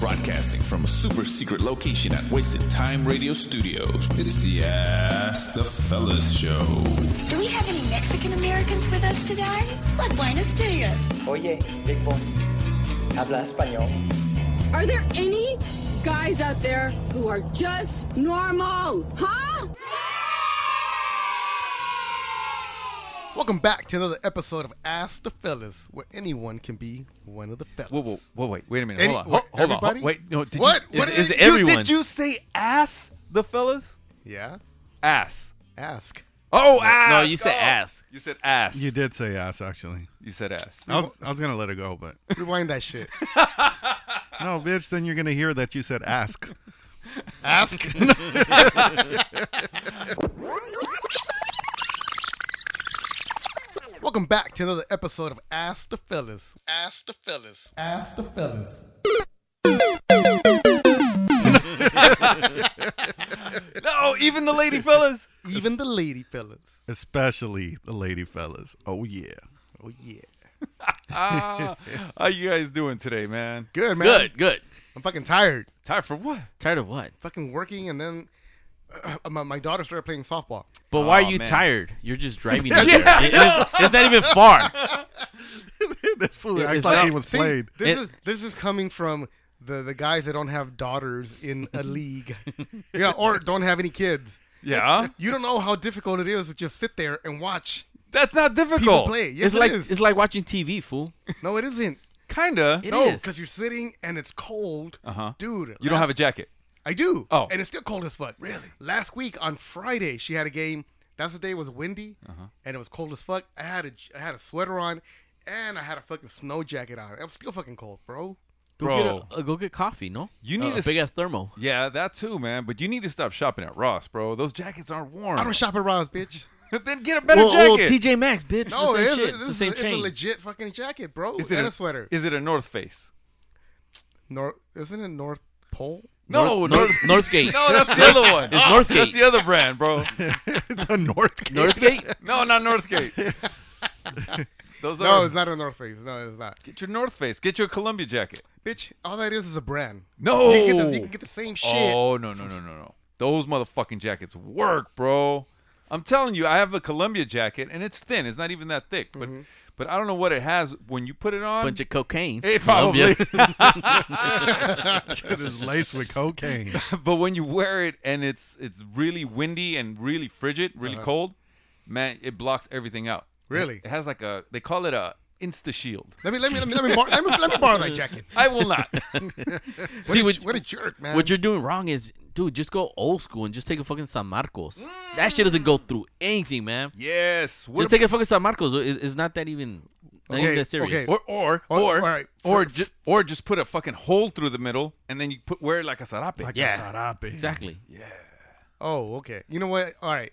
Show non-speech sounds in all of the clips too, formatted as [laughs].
broadcasting from a super secret location at Wasted Time Radio Studios. It is the Ask the Fellas Show. Do we have any Mexican Americans with us today? Like Buenos Dias. Oye, Big Boy, habla español. Are there any guys out there who are just normal? Huh? Welcome back to another episode of Ask the Fellas, where anyone can be one of the fellas. Whoa, whoa, whoa, wait, wait a minute. Any- hold on. what, hold on. everybody? Wait, no. Did What? You, What is, is did- everyone? you- did you say ass the fellas? Yeah, Ass. ask. Oh, ass. no, you said oh. ass. You said ass. You did say ass, actually. You said ass. I was, I was gonna let it go, but [laughs] Rewind that shit. no, bitch. Then you're gonna hear that you said ask. [laughs] ask. Welcome back to another episode of Ask the Fellas. Ask the Fellas. Ask the Fellas. [laughs] No, even the lady fellas. Even the lady fellas. Especially the lady fellas. Oh yeah. Oh yeah. Ah, [laughs] how you guys doing today, man? Good man. Good, good. I'm fucking tired. Tired for what? Tired of what? Fucking working, and then uh, my, my daughter started playing softball. But why Aw, are you man. tired? You're just driving. up there. It- it's, it's not even far. [laughs] this fool It- acts it's like not- he was See, played. This It- is this is coming from the the guys that don't have daughters in a league, yeah, or don't have any kids. Yeah, You don't know how difficult it is to just sit there and watch [laughs] that's not people difficult. play. Yes, it's like it is. it's like watching TV, fool. no, it isn't. Kinda. It No, is. because you're sitting and it's cold, Uh-huh. dude. You don't have a jacket. I do. Oh. and it's still cold as fuck. Really? Last week on Friday, she had a game. That's the day it was windy, and it was cold as fuck. I had a j- I had a sweater on, and I had a fucking snow jacket on. I'm still fucking cold, bro. Go Bro. get a, uh, go get coffee. No, You Uh, need a, to s- big ass thermo. Yeah, that too, man. But you need to stop shopping at Ross, bro. Those jackets aren't warm. I don't shop at Ross, bitch. [laughs] then get a better well, well, jacket. TJ Maxx, bitch. No, the same it shit. is. It's This the is same it's a chain. legit fucking jacket, bro. is it and a, sweater. Is it a North Face? Nor- isn't it North Pole? No, North, [laughs] North, Northgate. No, that's the [laughs] other one. It's [laughs] Northgate. That's the other brand, [laughs] bro. it's a North. Northgate. No, not [laughs] Northgate. Those No, are. it's not a North Face. No, it's not. Get your North Face. Get your Columbia jacket. Bitch, all that is is a brand. No. You can get the, you can get the same shit. Oh no no no no no! Those motherfucking jackets work, bro. I'm telling you, I have a Columbia jacket and it's thin. It's not even that thick, but but I don't know what it has when you put it on. Bunch of cocaine. Hey, Colombia. [laughs] [laughs] It is laced with cocaine. but when you wear it and it's it's really windy and really frigid, really cold, man, it blocks everything out. Really? It has like a they call it a Insta Shield. Let me let me let me let me, bar- let me let me borrow that jacket. I will not. [laughs] What, See, a, what- j- what a jerk, [laughs] man. What you're doing wrong is, dude, just go old school and just take a fucking San Marcos. That shit doesn't go through anything, man. yes. What Just take a fucking San Marcos. It- it's not that even, not even Okay, that serious. okay. or or Oh, or all right. or For- just or just put a fucking hole through the middle and then you put wear it like a sarape. Like Yeah. a sarape. Exactly. oh, okay. You know what? All right.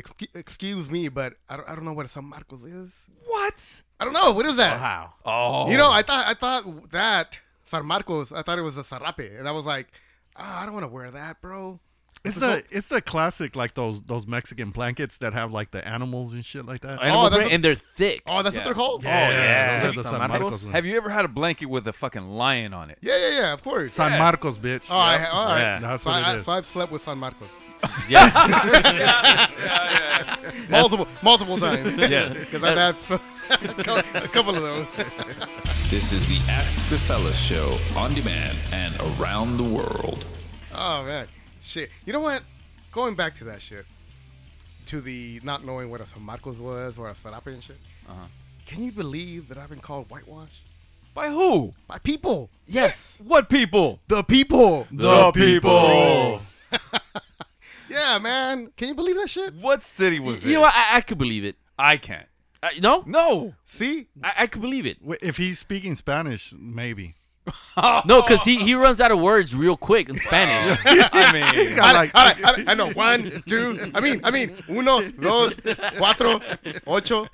Excu- excuse me, but I don't, I don't know what a San Marcos is. what? I don't know. What is that? Wow. Oh, You know, I thought I thought that San Marcos. I thought it was a sarape, and I was like, ah, I don't want to wear that, bro. It's the it's the classic like those those Mexican blankets that have like the animals and shit like that. Animal Oh, that's print, a- and they're thick. Oh, that's Yeah. what they're called. yeah, yeah. those are the San Marcos. ones. Have you ever had a blanket with a fucking lion on it? [laughs] Yeah, yeah, yeah. Of course. San Marcos, bitch. Oh, I, all right. Yeah, that's so, what I, it is. so I've slept with San Marcos [laughs] Yeah. multiple multiple times. [laughs] yeah. because I've had [laughs] a cou- a couple of those. This is the Ask the Fellas Show on demand and around the world. Oh man, shit. You know what? Going back to that shit, to the not knowing what a San Marcos was or a sarape and shit. Uh-huh. Can you believe that I've been called whitewashed By who? by people? Yes. What people? The people. The people. Yeah, man. Can you believe that shit? What city was You know this? what? I, I could believe it. I can't. I, no? No. See, I, I could believe it. Wait, If he's speaking Spanish, maybe. No, because he, he runs out of words real quick in Spanish. [laughs] I mean, I, like- I, I, I know one, two. I mean, I mean, uno, dos, cuatro, ocho.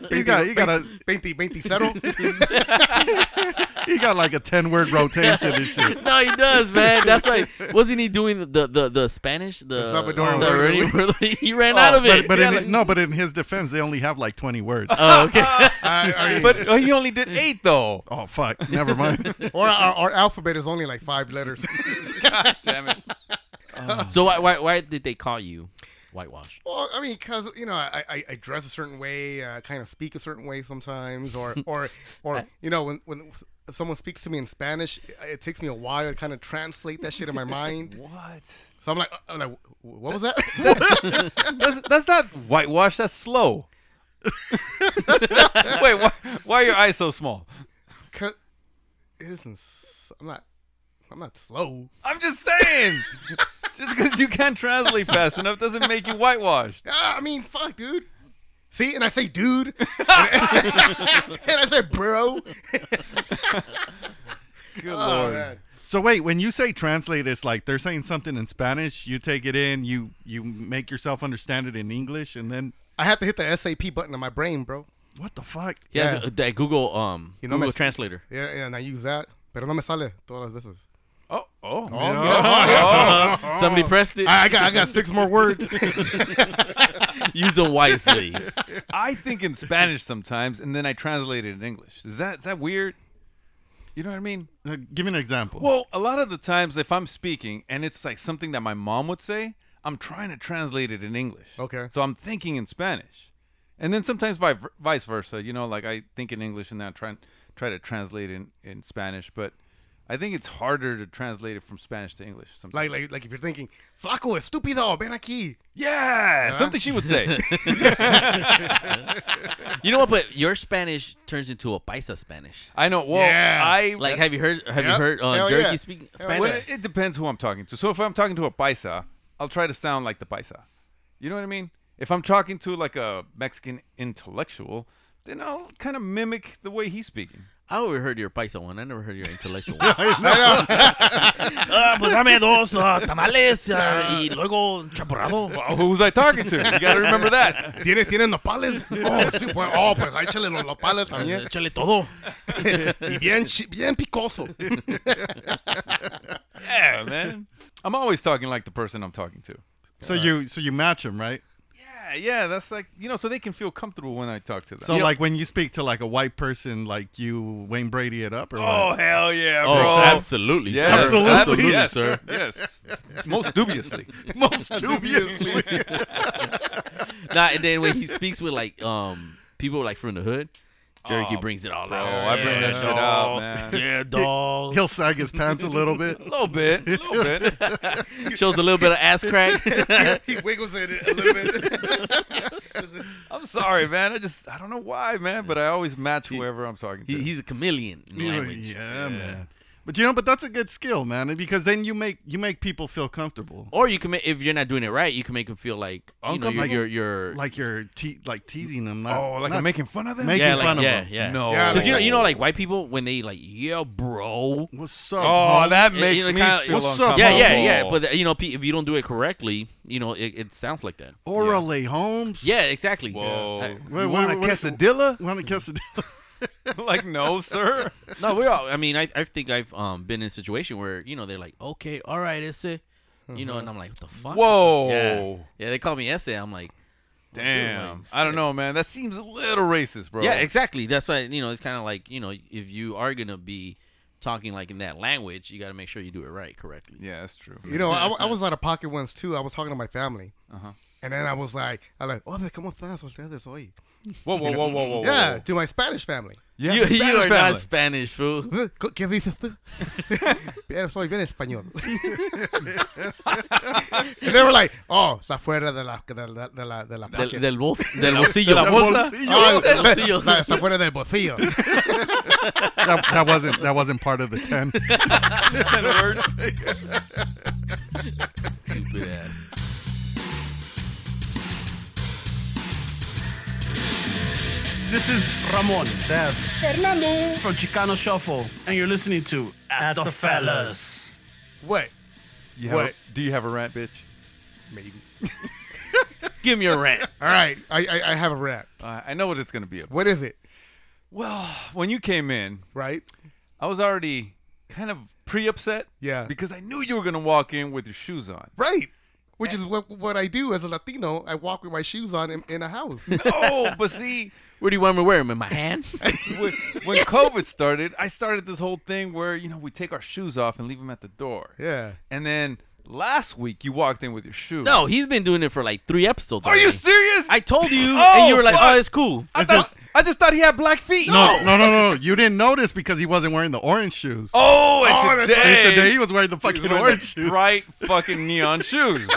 [laughs] You got you got a 20, [laughs] 27. you got like a [laughs] ten word rotation and shit. no, he does, man. That's right. Wasn't he doing the, the, the Spanish? The, Uh, Salvadoran the- word. [laughs] he ran out of But, it. but Yeah, in, like- no, but in his defense, they only have [laughs] like twenty words. Oh, okay. I, I mean, but he only did eight though. oh fuck, never mind. [laughs] or [laughs] Or our, our alphabet is only like five letters. Damn it. uh, So why, why why did they call you whitewash? well, I mean, because you know, I, I, I dress a certain way, uh, kind of speak a certain way sometimes, [laughs] or or or you know, when when someone speaks to me in Spanish, it, it takes me a while to kind of translate that shit in my [laughs] mind. What? So I'm like, uh, I'm like, "Wh- what was that? [laughs] [laughs] That's, that's not whitewash. That's slow. [laughs] Wait, why, why are your eyes so small? 'Cause it isn't. s- I'm not. I'm not slow. I'm just saying. just because you can't translate fast enough doesn't make you whitewashed. Ah, I mean, fuck, dude. See, and I say, dude, [laughs] and I say, bro. Good Oh, lord. man. So wait, when you say translate, it's like they're saying something in Spanish. You take it in, you you make yourself understand it in English, and then I have to hit the SAP button on my brain, bro. what the fuck? Yeah, Yeah. that Google um You know, Google Miss- [laughs] translator. Yeah, yeah, and I use that. Pero no me sale todas las veces. Oh, oh. [laughs] Somebody pressed it. Oh. I, I got, I got six more words. [laughs] [laughs] Use them wisely. I think in Spanish sometimes, and then I translate it in English. Is that is that weird? You know what I mean? Uh, give me an example. Well, a lot of the times, if I'm speaking and it's like something that my mom would say, I'm trying to translate it in English. Okay. So I'm thinking in Spanish, and then sometimes vi- vice versa. You know, like I think in English and then I try and- try to translate in in Spanish, but I think it's harder to translate it from Spanish to English. like, Sometimes. like, like if you're thinking, flaco, estúpido, ven aquí. yeah, something she would [laughs] say. you know what? But your Spanish turns into a paisa Spanish. I know. Well, Yeah. I Like, have you heard? Have Yep. you heard uh, Hell Jerky yeah. speak Hell Spanish? Well, it, it depends who I'm talking to. So if I'm talking to a paisa, I'll try to sound like the paisa. You know what I mean? If I'm talking to like a Mexican intellectual, then I'll kind of mimic the way he's speaking. I overheard your paisa one. I never heard your [laughs] intellectual one. Ah, [laughs] Oh, who was I talking to? You got to remember that. ¿Tienes, tienen nopales? Oh, [laughs] sí, pues, oh, pues, ahí échale los nopales [laughs] también. Y bien, chi- bien picoso. [laughs] [laughs] Yeah, man. I'm always talking like the person I'm talking to. so you so you match them, right? Yeah, yeah. That's like you know, so they can feel comfortable when I talk to them. So like when you speak to like a white person, like you Wayne Brady it up or oh what? hell yeah, oh, bro. absolutely. Yes, sir. Absolutely. yes, sir. Yes, most dubiously. [laughs] most dubiously. Nah, and then when he speaks with like um people like from the hood, Jerky brings it all [laughs] Oh, out. I bring that shit out, man. He'll sag his pants a little [laughs] bit. [laughs] A little bit, a little bit. [laughs] Shows a little bit of ass crack. [laughs] He wiggles it a little bit. I'm sorry, man. I just I don't know why, man, but I always match whoever I'm talking to. he, he's a chameleon in Yeah, language. yeah, man. But you know, but that's a good skill, man, because then you make you make people feel comfortable. Oh, Or you can, ma- if you're not doing it right, you can make him feel like you know Uncomfortable. you're you're, you're Like you're te- like teasing them. Not, oh, like not I'm making fun of them. making yeah, like, fun of yeah, them. yeah. No. Yeah, Because you know, you know, like white people when they like, yeah, bro. [laughs] What's up? Oh, homie? that You makes know, me kinda- feel What's up, Yeah, yeah, uncomfortable. yeah. But you know, pe- if you don't do it correctly, you know, it, it sounds like that. Orale Holmes. Yeah, exactly. whoa, I- Wait, you wait, want a wait, [laughs] quesadilla? Want to [laughs] kiss it? like no, sir. No, we all. I mean, I, I think I've um been in a situation where you know they're like, okay, all right, Ese, you know, and I'm like, what the fuck? Mm-hmm. Whoa. Yeah, yeah they call me Ese. I'm like, Damn, I don't know, man. That seems a little racist, bro. yeah, exactly. That's why you know it's kind of like you know if you are gonna be talking like in that language, you got to make sure you do it right, correctly. yeah, that's true. [laughs] You know, I, I was out of pocket once, too. I was talking to my family. And then I was like, I like, oh, ¿cómo están ustedes hoy? Whoa, whoa, whoa, whoa, whoa. Yeah, to my Spanish family. yeah. [laughs] you, you are Spanish not family. Spanish, fool. ¿Qué dices tú? [laughs] Bien, soy bien español. [laughs] And they were like, oh, está fuera de la, de la, de la, de la Del, pocket. del, [laughs] bol- del bolsillo. la bolsa? [laughs] Oh, de- del bolsillo. [laughs] la- está fuera del bolsillo. [laughs] that, that wasn't that wasn't part of the ten. Stupid ass. This is Ramon Steph Fernando from Chicano Shuffle, and you're listening to Ask, the, Fellas. What? You have a- What? do you have a rant, bitch? Maybe. Give me a rant. All right, I, I, I have a rap. Uh, I know what it's gonna be. about. What is it? Well, when you came in, Right? I was already kind of pre-upset. Yeah. Because I knew you were gonna walk in with your shoes on. Right. Which is what what I do as a Latino. I walk with my shoes on in, in a [laughs] house. oh, but see, Where do you want me to wear them? In my hand? when, [laughs] when COVID started, I started this whole thing where you know we take our shoes off and leave them at the door. Yeah. And then last week you walked in with your shoe. no, he's been doing it for like three episodes. Are you already. serious? I told you, Oh, and you were like, fuck. [laughs] "Oh, it's cool." I It's thought, just- I just thought he had black feet. No, no, no, no. You didn't notice because he wasn't wearing the orange shoes. Oh, and Oh, that's today, And today he was wearing the he was fucking wearing orange the shoes. bright fucking neon shoes.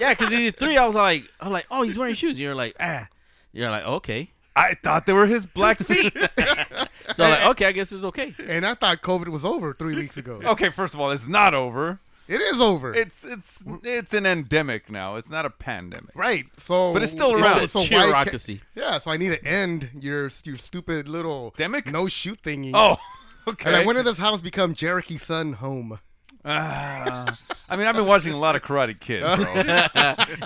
yeah, because he did three. I was like, "I'm like, oh, he's wearing shoes." You're like, "Ah," you're like, "Okay." I thought they were his black [laughs] feet. So I'm like, "Okay, I guess it's okay." And I thought COVID was over three weeks ago. Oh. okay, first of all, it's not over. It is over. It's it's it's an endemic now. It's not a pandemic. right. So, But it's still so- around. So, why? ca- Cheerocracy. yeah. So I need to end your your stupid little Demic? no shoot thingy. Oh, [laughs] okay. And like, when did this house become Jericho's son home? I mean, I've been watching a lot of Karate [laughs] Kid. Bro. [laughs]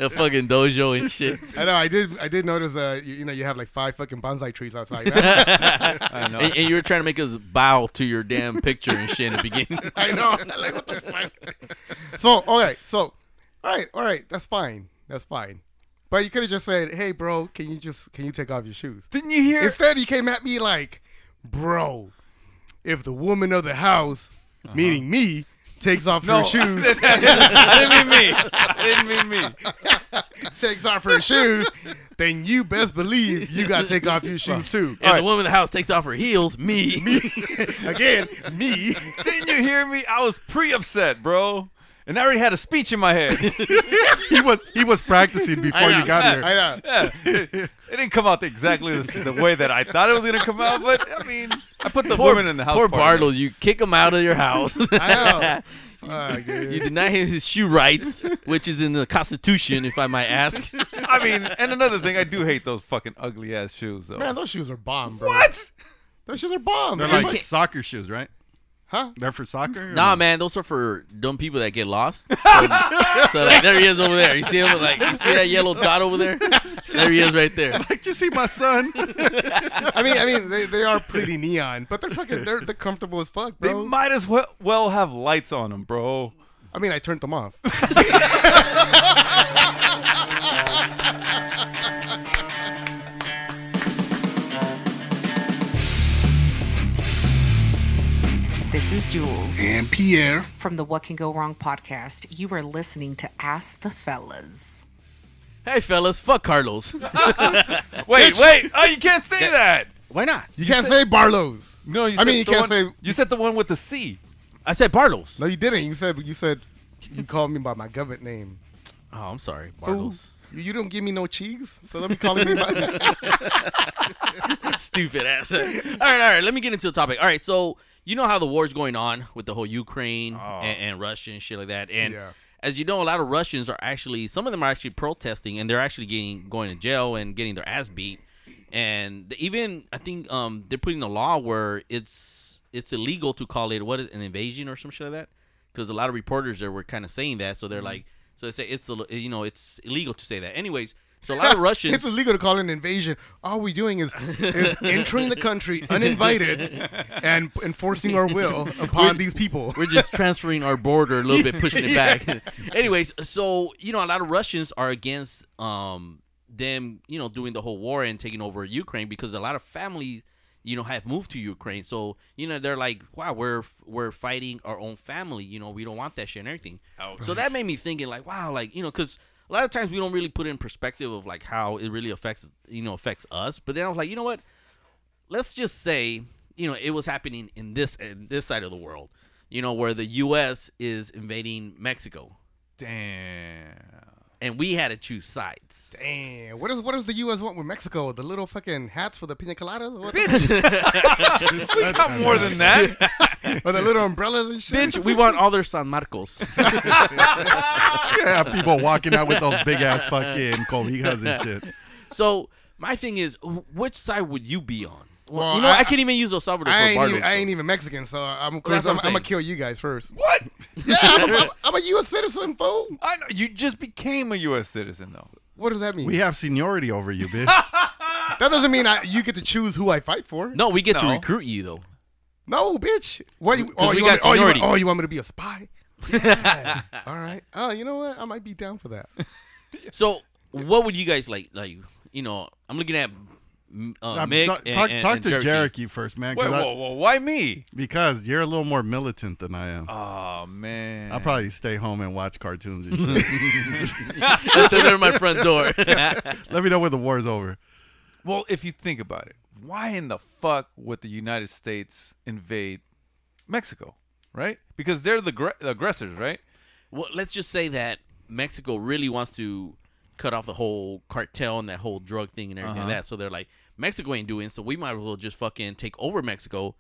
The fucking dojo and shit. I know. I did. I did notice. Uh, you, you know, you have like five fucking bonsai trees outside. I I know. And, and you were trying to make us bow to your damn picture and shit in the [laughs] beginning. [laughs] know. like what the fuck? [laughs] So all right. So all right. All right. That's fine. That's fine. But you could have just said, "Hey, bro, can you just can you take off your shoes?" Didn't you hear? Instead, he came at me like, "Bro, if the woman of the house, Uh-huh. meaning me, takes off her [laughs] shoes, I didn't mean me. I didn't mean me. [laughs] takes off her shoes, then you best believe you gotta take off your shoes [laughs] too." And the woman in the house takes off her heels. Me, [laughs] Again, me. Didn't you hear me? I was pre-upset, bro, and I already had a speech in my [laughs] head. [laughs] he was he was practicing before you got here. I know. Yeah. It didn't come out exactly the, the way that I thought it was gonna come out, but I mean, I put the woman in the house. Poor part in Bartles, you kick him out of your house. I know. Fuck, dude. you deny him his shoe rights, which is in the Constitution, if I might ask. it. I mean, and another thing, I do hate those fucking ugly ass shoes, though. Man, those shoes are bomb, bro. what? Those shoes are bomb. They're Everybody- like soccer shoes, right? Huh? They're for soccer? or- [laughs] Nah, man, those are for dumb people that get lost. So, so, like, there he is over there. You see him, like, you see that yellow dot over there? There he is, right there. Did you see my son? [laughs] I mean, I mean, they, they are [laughs] pretty neon, but they're fucking they're, they're comfortable as fuck, They bro. might as well well have lights on them, bro. I mean, I turned them [laughs] off. This is Jules And Pierre. from the What Can Go Wrong podcast. You are listening to Ask the Fellas. Hey, fellas, fuck Carlos. Wait, wait. Oh, you can't say that. Why not? You can't say Barlow's. No, you I mean, said you the can't one- say- You said the one with the C. I said Bartles. No, you didn't. You said you said you called me by my government name. Oh, I'm sorry, Fool. Bartles. You you don't give me no cheese, so let me call me [laughs] by. [laughs] Stupid ass. all right, all right. Let me get into the topic. All right, so you know how the war's going on with the whole Ukraine and, and Russia and shit like that, and Oh. Yeah. as you know, a lot of Russians are actually some of them are actually protesting, and they're actually getting going to jail and getting their ass beat, and they even I think um they're putting a law where it's it's illegal to call it what is it, an invasion or some shit like that, because a lot of reporters there were kind of saying that, so they're Mm-hmm. like, so they say it's a, you know it's illegal to say that. Anyways, so [laughs] [laughs] a lot of Russians it's illegal to call it an invasion. All we're doing is, is entering the [laughs] country uninvited and enforcing our will upon these [laughs] people. We're just transferring our border a little bit, pushing it back. [laughs] Anyways, so you know, a lot of Russians are against um them, you know, doing the whole war and taking over Ukraine because a lot of families, you know, have moved to Ukraine. So you know, they're like, wow, we're we're fighting our own family. You know, we don't want that shit and everything. So that made me thinking, like, wow, like you know, because. A lot of times we don't really put it in perspective of like how it really affects you know affects us. But then I was like, you know what? let's just say you know it was happening in this in this side of the world you know where the us is invading mexico Damn. and we had to choose sides Damn, what is what does the U.S. want with Mexico? The little fucking hats for the pina coladas, What the- We got more than [laughs] that. or the little umbrellas and shit. bitch we want all their san marcos yeah, people walking out with those big [laughs] ass fucking cobijas and shit. so my thing is wh- which side would you be on well, Well, you know I- I, can't even use el salvador [laughs] I for ain't, Bartles, even, I though. ain't even Mexican, so I'm Well, that's I'm, what I'm I'm gonna saying. kill you guys first. What? [laughs] Yeah, I'm, [laughs] I'm- I'm a U.S. citizen, fool. I know. You just became a U.S. citizen, though. What does that mean? We have seniority over you, bitch. that doesn't mean I, you get to choose who I fight for. no we get to No. recruit you though No, bitch. What? You, 'Cause oh, we you want me, oh, you want, got seniority. [laughs] oh, you want me to be a spy? All right. Oh, you know what? I might be down for that. So, what would you guys like? Like, you know, I'm looking at mm, uh, Um, Mick. talk and- talk, and- talk and to Jerky. Jericho first, man. 'cause Wait, I- whoa, whoa, why me? because you're a little more militant than I am. Oh man, I'll probably stay home and watch cartoons and shit. [laughs] Until they're at my front door. Let me know when the war's over. Well, if you think about it, why in the fuck would the United States invade Mexico, right? Because they're the gre- aggressors, right? well, let's just say that Mexico really wants to cut off the whole cartel and that whole drug thing and everything like that. So they're like, Mexico ain't doing, so we might as well just fucking take over Mexico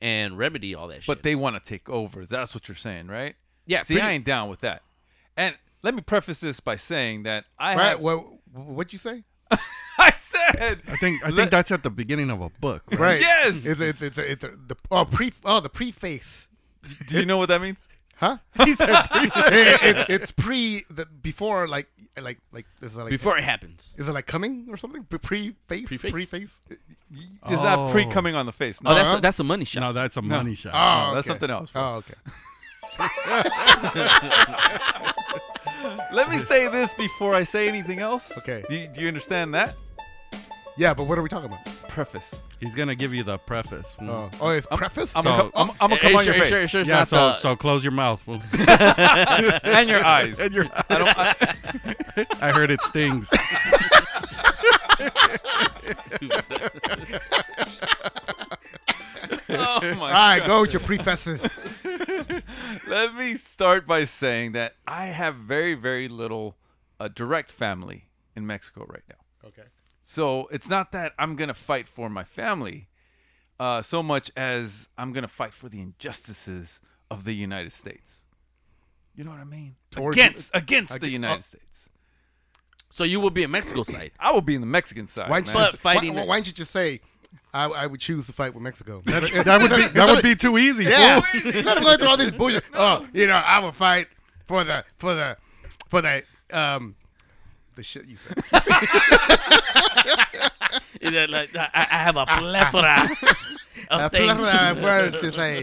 and remedy all that But shit. they want to take over. That's what you're saying, right? Yeah, See, pretty- I ain't down with that. And let me preface this by saying that I All right. have- What? What'd you [laughs] say? [laughs] I said. I think I think Let- that's at the beginning of a book. [laughs] Right? Right. Yes! It's it's it's, it's the oh pre oh the preface. Do you know what that means? [laughs] Huh? He said [laughs] it, it, it's pre the before like like like is it like Before it happens. is it like coming or something pre face Preface. preface Oh, It's not pre coming on the face. No, Oh, that's, that's the money shot. No, that's a money shot. oh No, that's okay. something else. oh okay Let me say this before I say anything else. Okay. Do you, do you understand that? yeah but what are we talking about [laughs] Preface. He's gonna give you the preface. Mm. oh, oh it's preface I'm So- gonna come, I'm, I'm gonna come Hey, on sure, your face sure, sure, it's yeah. not So the- so close your mouth. [laughs] fool. and your eyes. and your, I, don't, [laughs] I, I heard it stings. oh all my right go [laughs] with your prefaces Let me start by saying that I have very, very little uh, direct family in Mexico right now. okay So it's not that I'm going to fight for my family uh, so much as I'm going to fight for the injustices of the United States. You know what I mean? Towards- against [laughs] against the ag- United uh, States. So you will be in Mexico [laughs] side. I will be in the Mexican side. why don't you man. But just, why, fighting- why don't you just say I, I would choose to fight with [laughs] Mexico That would be that would be too easy. Yeah, [laughs] fool. instead of going through all this bullshit. Oh, you know, I will fight for the for the for the um the shit you said. like, I, I have [laughs] a plethora I of play with my words to say.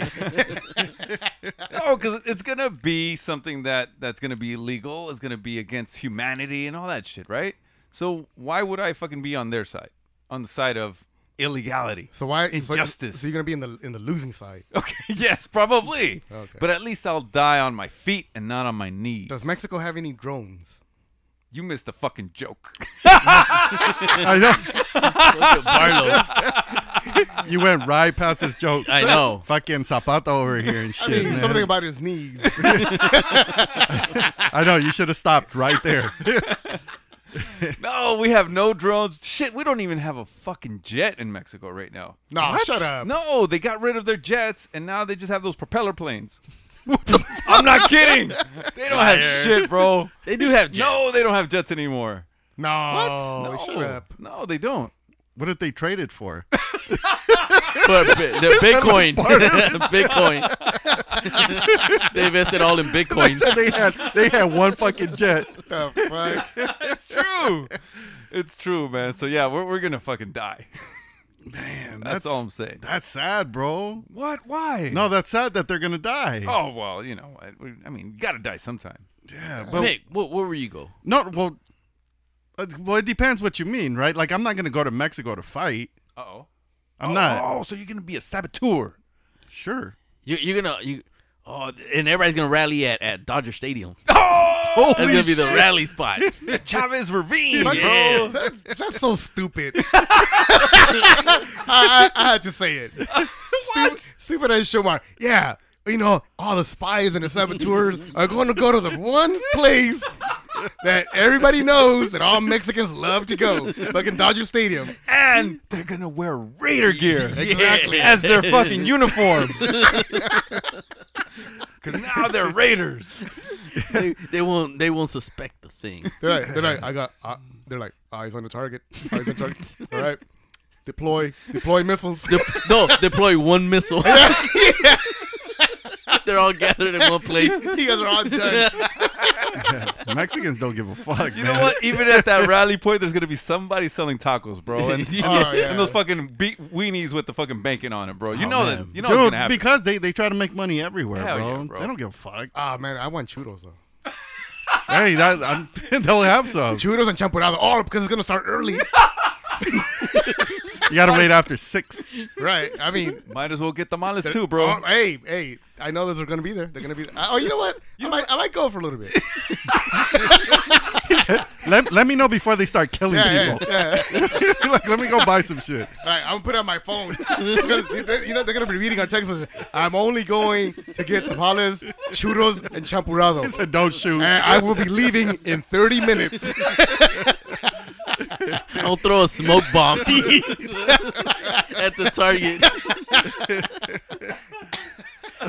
No, because Oh, it's gonna be something that that's gonna be illegal. It's gonna be against humanity and all that shit, right? So why would I fucking be on their side, on the side of illegality? So why so- injustice? So, you're gonna be in the in the losing side. okay, [laughs] yes, probably. Okay. But at least I'll die on my feet and not on my knees. Does Mexico have any drones? you missed a fucking joke. [laughs] I know. Barlow. You went right past this joke. I know. Fucking Zapata over here and I shit. mean, man. something about his knees. [laughs] I know you should have stopped right there. [laughs] no, we have no drones. Shit, we don't even have a fucking jet in Mexico right now. No, shut up. No, they got rid of their jets and now they just have those propeller [laughs] planes. I'm not kidding. They don't have shit, [laughs] bro. They do have jets. No, they don't have jets Oh, anymore. No, no, shut up. No, they [laughs] don't. What did they trade it for? But bi- the Bitcoin, Bitcoin. [laughs] they invested all in Bitcoin. they had they had one fucking jet. The fuck? It's true. it's true, man. So yeah, we're we're gonna fucking die. Man, That's all I'm saying. That's sad, bro. What? Why? No, that's sad that they're gonna die. [laughs] Oh well, you know, I, we- I mean, you gotta die sometime. yeah, but Mick, wh- where will you go? no, well, uh, well, it depends what you mean, right? Like, I'm not gonna go to Mexico to fight. Uh oh. I'm not Oh, so you're gonna be a [laughs] saboteur? sure. [laughs] You're, you're gonna you. Oh, and everybody's gonna rally at, at Dodger Stadium. Oh, That's gonna be the rally spot. [laughs] Chavez Ravine. Fuck, yeah. bro. That- that's so [laughs] stupid. I, I, I had to say it. Stupid, stupid as Shomar. Yeah, you know, all the spies and the saboteurs are going to go to the one place that everybody knows that all Mexicans love to go. Fucking Dodger Stadium. And [laughs] they're gonna wear Raider [laughs] gear Exactly. as their fucking uniform. [laughs] Because now they're Raiders. they, they won't they won't suspect the thing. They're like, they're like I got. Uh, they're like eyes on the target. Eyes on target. All right, deploy, deploy missiles. De- no, deploy one missile. [laughs] They're all gathered in one [laughs] place. you guys are all done. Mexicans don't give a fuck, You man. know what? Even at [laughs] that rally point, there's gonna be somebody selling tacos, [laughs] bro, and, Oh, yeah. and those fucking be- weenies with the fucking bacon on it, bro. You Oh, know man. that. You know Dude, what's gonna happen. because they, they try to make money everywhere, Hell bro. yeah, bro. They don't give a fuck. Ah man, I want churros though. hey, that, I'm, [laughs] they'll have some. Churros and champurrado. Oh, because it's gonna start early, You gotta wait after six. [laughs] right? I mean, Might as well get the tamales they're- too, bro. oh, hey, hey, I know those are gonna be there. They're gonna be. Oh, you know what? I might, I might go for a little bit. Let, let me know before they start killing Yeah, yeah, people. yeah. [laughs] [laughs] like, let me go buy some shit. All right, I'm gonna put it on my phone [laughs] because they- they- you know they're gonna be reading our text message. I'm only going to get tamales, churros, and He champurrado, said, don't shoot. and I will be leaving in 30 minutes. Don't throw a smoke bomb [laughs] at [laughs] the target.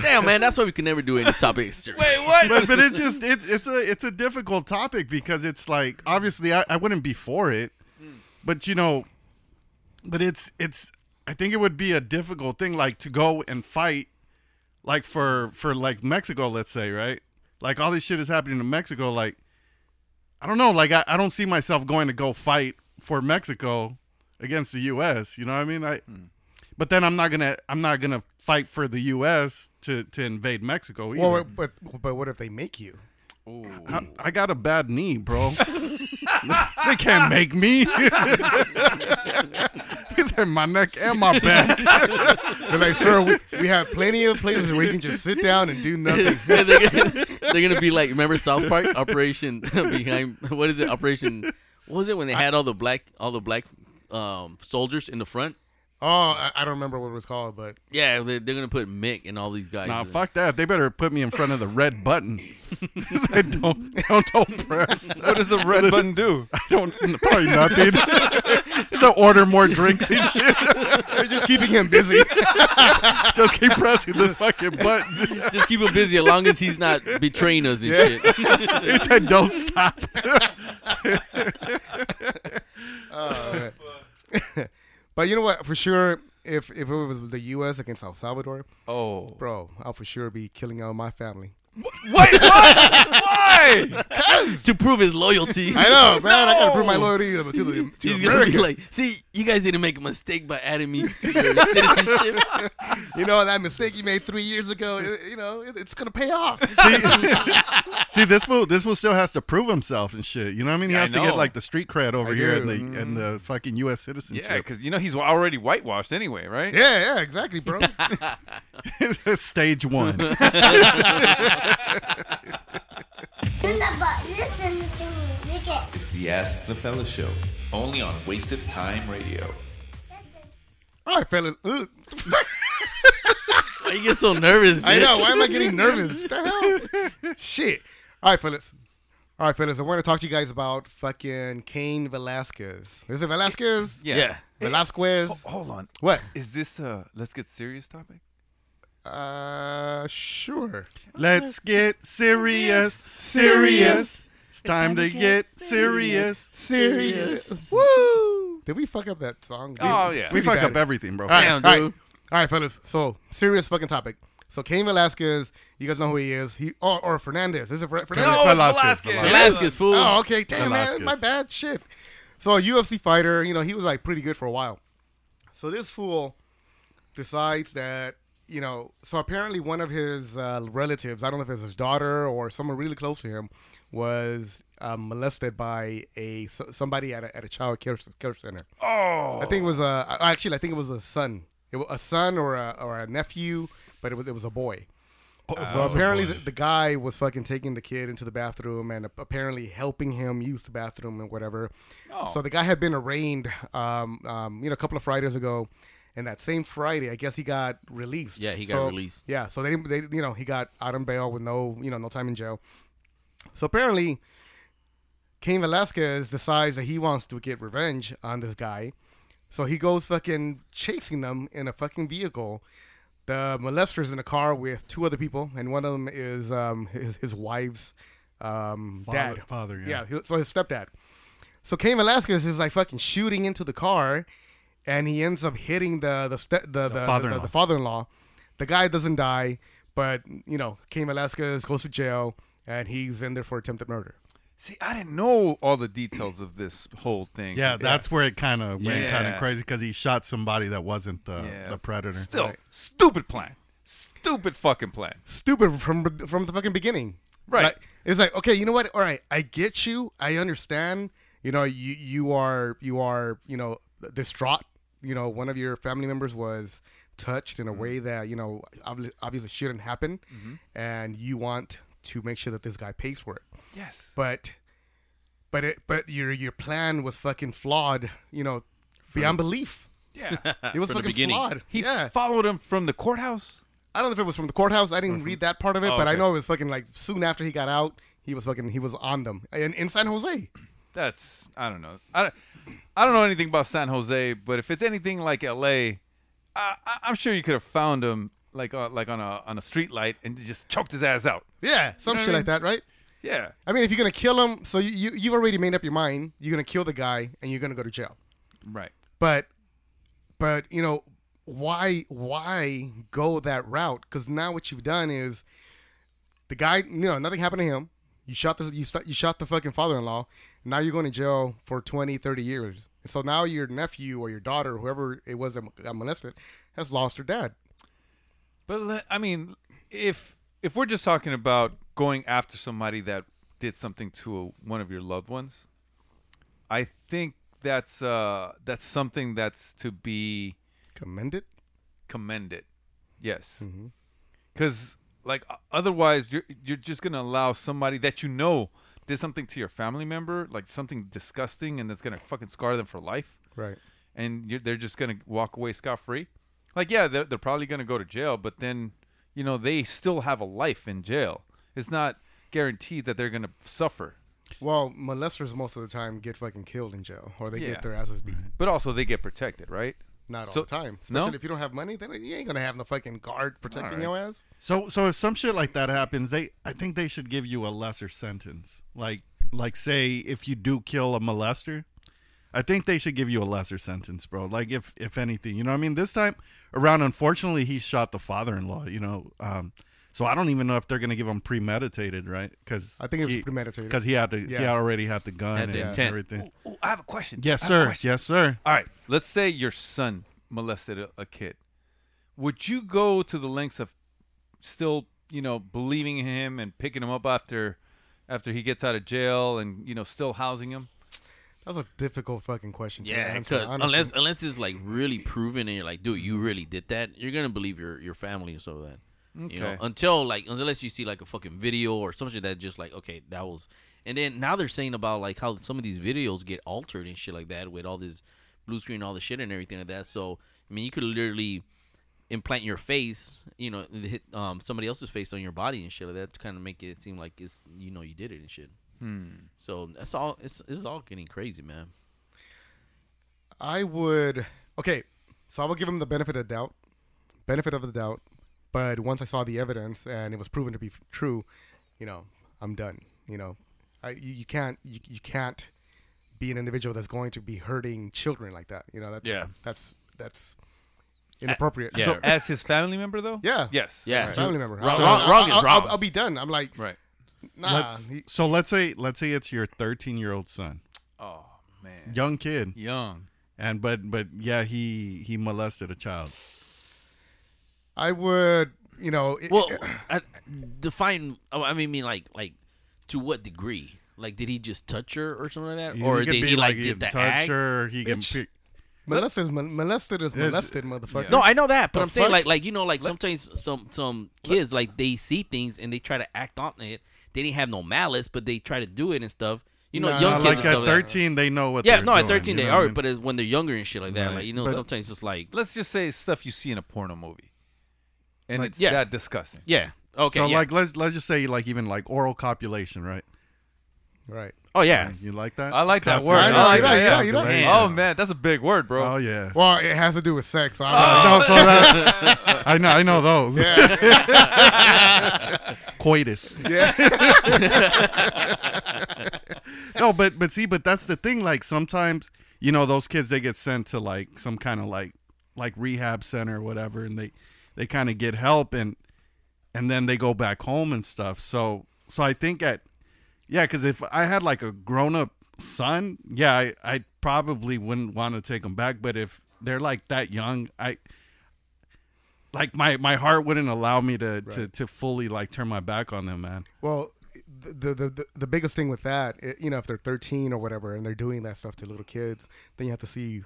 Damn, man, that's why we can never do any topics. Wait, [laughs] but, but it's just it's it's a it's a difficult topic because it's like obviously I, I wouldn't be for it, but you know, but it's it's I think it would be a difficult thing like to go and fight, like for for like Mexico, let's say, right? Like all this shit is happening in Mexico. Like I don't know, like I, I don't see myself going to go fight for Mexico against the U.S. You know what I mean? I. But then I'm not gonna I'm not gonna fight for the U.S. to to invade Mexico. Either. well, but but what if they make you? I, I got a bad knee, bro. [laughs] they can't make me. [laughs] he said my neck and my back. [laughs] They're like, sir, we, we have plenty of places where you can just sit down and do nothing. [laughs] they're, gonna, they're gonna be like, remember South Park Operation [laughs] behind? What is it? Operation? What was it when they had all the black, all the black um, soldiers in the front? Oh, I, I don't remember what it was called, but Yeah, they, they're gonna put Mick and all these guys. nah, in. fuck that. They better put me in front of the red button. [laughs] He said, don't, don't, don't press. [laughs] what does the [laughs] red button do? I don't probably nothing. [laughs] to order more drinks and shit. [laughs] they're just keeping him busy. Just keep pressing this fucking button. [laughs] Just keep him busy as long as he's [laughs] not betraying us and shit. [laughs] He said, don't stop. But you know what? For sure, if if it was the U.S. against El Salvador, Oh, bro, I'll for sure be killing out my family. why? [laughs] to prove his loyalty. I know, man. I gotta prove my loyalty to, [laughs] to, the- to [laughs] He's gonna be America. like, see, you guys didn't make a mistake by adding me [laughs] to your citizenship. you know that mistake you made three years ago. it- you know, it, it's gonna pay [laughs] off. See, [laughs] see, this fool, this fool still has to prove himself and shit. You know what I mean? He Yeah, I has to get know. like the street cred over I here do. and the and the fucking U.S. citizenship. Yeah, because you know he's already whitewashed anyway, right? Yeah, yeah, exactly, bro. [laughs] Stage one. Listen to me. Look at It's the Ask the Fella show, only on Wasted Time Radio. All right, fellas. uh, Ugh. Why you get so nervous, bitch? I know. Why am I getting nervous? What the hell? Shit. All right, fellas. All right, fellas. I want to talk to you guys about fucking Kane Velasquez. Is it Velasquez? Yeah. Oh, Yeah. Velasquez. Hold on. What? Is this a let's get serious topic? Uh, sure. Let's get serious, serious. It's time to get serious. Serious. Woo! Did we fuck up that song? Oh, yeah. We Pretty fuck bad. up everything, bro. All right, Damn, all right. dude. All right, fellas. So serious fucking topic. So Cain Velasquez, you guys know who he is. He or, or Fernandez. Is it Fer- Fernandez? No, Velasquez, Velasquez. Velasquez, fool. Oh, okay. Damn, man. Velasquez. My bad. Shit. So, a UFC fighter, you know, he was like pretty good for a while. So, this fool decides that, you know, so apparently one of his uh, relatives, I don't know if it was his daughter or someone really close to him, was um, molested by a s- somebody at a, at a child care, s- care center. Oh. I think it was a, I- actually, I think it was a son. It was a son or a, or a nephew, but it was, it was a boy. So apparently the, the guy was fucking taking the kid into the bathroom and ap- apparently helping him use the bathroom and whatever. Oh. So the guy had been arraigned, um, um, you know, a couple of Fridays ago, and that same Friday, I guess he got released. Yeah, he got So- released. Yeah, so they, they, you know, he got out on bail with no, you know, no time in jail. So apparently, Cain Velasquez decides that he wants to get revenge on this guy. So he goes fucking chasing them in a fucking vehicle. The molester's in a car with two other people, and one of them is um, his, his wife's um, Father- dad. father, yeah. yeah. he- So his stepdad. So Cain Velasquez is like fucking shooting into the car, and he ends up hitting the the ste- the, the, the, the, father-in-law. father-in-law. The guy doesn't die, But you know, Cain Velasquez goes to jail, and he's in there for attempted murder. See, I didn't know all the details of this whole thing. Yeah, that's where it kind of went kind Yeah. of crazy because he shot somebody that wasn't the, Yeah. the predator. Still, stupid plan. Stupid fucking plan. Stupid from from the fucking beginning. Right. Like, it's like okay, you know what? All right, I get you. I understand. You know, you you are you are you know distraught. You know, one of your family members was touched Mm-hmm. in a way that you know obvi- obviously shouldn't happen, and you want to make sure that this guy pays for it. Yes. but but it but your your plan was fucking flawed you know beyond belief Yeah. [laughs] it was From Uh, the fucking beginning. flawed He yeah followed him from the courthouse. i don't know if it was from the courthouse i didn't read that part of it Oh, but i okay. know it was fucking like soon after he got out he was fucking he was on them in, in san jose That's I don't know. I don't, I don't know anything about San Jose, but if it's anything like L.A., I, I, I'm sure you could have found him like uh, like on a on a street light and just choked his ass out. yeah some know what shit I like that right Yeah. i mean if you're gonna kill him so you, you you've already made up your mind you're gonna kill the guy and you're gonna go to jail Right. but but you know why why go that route because now what you've done is the guy you know nothing happened to him you shot this you, st- you shot the fucking father-in-law now you're going to jail for 20 30 years so now your nephew or your daughter whoever it was that m- got molested has lost her dad But le- I mean, if if we're just talking about going after somebody that did something to a, one of your loved ones, I think that's uh that's something that's to be commend it commend it. Yes. Mm-hmm. Because like o- otherwise, you're you're just gonna allow somebody that you know did something to your family member, like something disgusting, and that's gonna fucking scar them for life, right and you're, they're just gonna walk away scot free. Like yeah, they're they're probably gonna go to jail, but then you know they still have a life in jail. It's not guaranteed that they're gonna suffer, well molesters most of the time get fucking killed in jail or they Yeah. get their asses beat but also they get protected, right? not all So- the time no? especially if you don't have money then you ain't gonna have no fucking guard protecting Alright. your ass So so if some shit like that happens, they I think they should give you a lesser sentence. Like like say if you do kill a molester, I think they should give you a lesser sentence, bro. Like if if anything, you know what I mean? This time around unfortunately he shot the father-in-law, you know. Um so I don't even know if they're going to give him premeditated, right? Cuz I think it was premeditated. Cuz he had to he Yeah. already had the gun Had and the intent. everything. Oh, I have a question. Yes, I have a sir. question. Yes, sir. All right, let's say your son molested a, a kid. Would you go to the lengths of still, you know, believing in him and picking him up after after he gets out of jail and, you know, still housing him? that's a difficult fucking question to Yeah, answer, because honestly. unless unless it's like really proven and you're like, dude, you really did that, you're gonna believe your your family and so that. You know, Okay. until like unless you see like a fucking video or something that just like okay that was, and then now they're saying about like how some of these videos get altered and shit like that with all this blue screen, all the shit and everything like that. So I mean, you could literally implant your face, you know, hit um, somebody else's face on your body and shit like that to kind of make it seem like it's you know you did it and shit. So that's all. It's it's all getting crazy, man. I would. Okay, so I will give him the benefit of the doubt, benefit of the doubt. But once I saw the evidence and it was proven to be f- true, you know, I'm done. You know, I you, you can't you, you can't be an individual that's going to be hurting children like that. You know, that's Yeah. that's that's inappropriate. Yeah. So- as his family member though? yeah, Yes. Yeah. family member. Wrong- So wrong- wrong is I'll, wrong. I'll, I'll be done. I'm like, Right. nah. Let's, Ah, he- so let's say let's say it's your 13-year-old son. Oh, man. Young kid. Young. and but but yeah he he molested a child I would. You know, it- [clears throat] Well, I, define. oh, I mean, mean like like to what degree? Like, did he just touch her or something like that, or could did be he like, he get the touch act? her he can Bitch. pick molested is mol- molested is Yes. molested, motherfucker. No, I know that, but The I'm saying fuck? like like you know like sometimes some some kids like they see things and they try to act on it. They didn't have no malice, but they try to do it and stuff. You know, Nah, young kids and like at stuff like that. 13 they know what Yeah, they're no, at doing, 13 they you know what are, I mean? but it's when they're younger and shit like that. Like you know, But- sometimes it's like Let's just say it's stuff you see in a porno movie. And it's Yeah. that disgusting. yeah, okay, so yeah. like let's let's just say like even like oral copulation right Right. oh yeah, you like that I like that Copul- word. I know, I like you know, that. you know, you know. Oh Copulation. man, that's a big word, bro. oh yeah Well, it has to do with sex. So I was no, so that, [laughs] I know, I know those. [laughs] Coitus. Yeah. [laughs] no, but but see, but that's the thing. Like sometimes, you know, those kids they get sent to like some kind of like like rehab center or whatever, and they they kind of get help and and then they go back home and stuff. So so I think at yeah, because if I had like a grown up son, yeah, I, I probably wouldn't want to take them back. But if they're like that young, I like my my heart wouldn't allow me to to, to fully like turn my back on them, man. Well, the, the the the biggest thing with that, i you know, if they're 13 or whatever, and they're doing that stuff to little kids, then you have to see,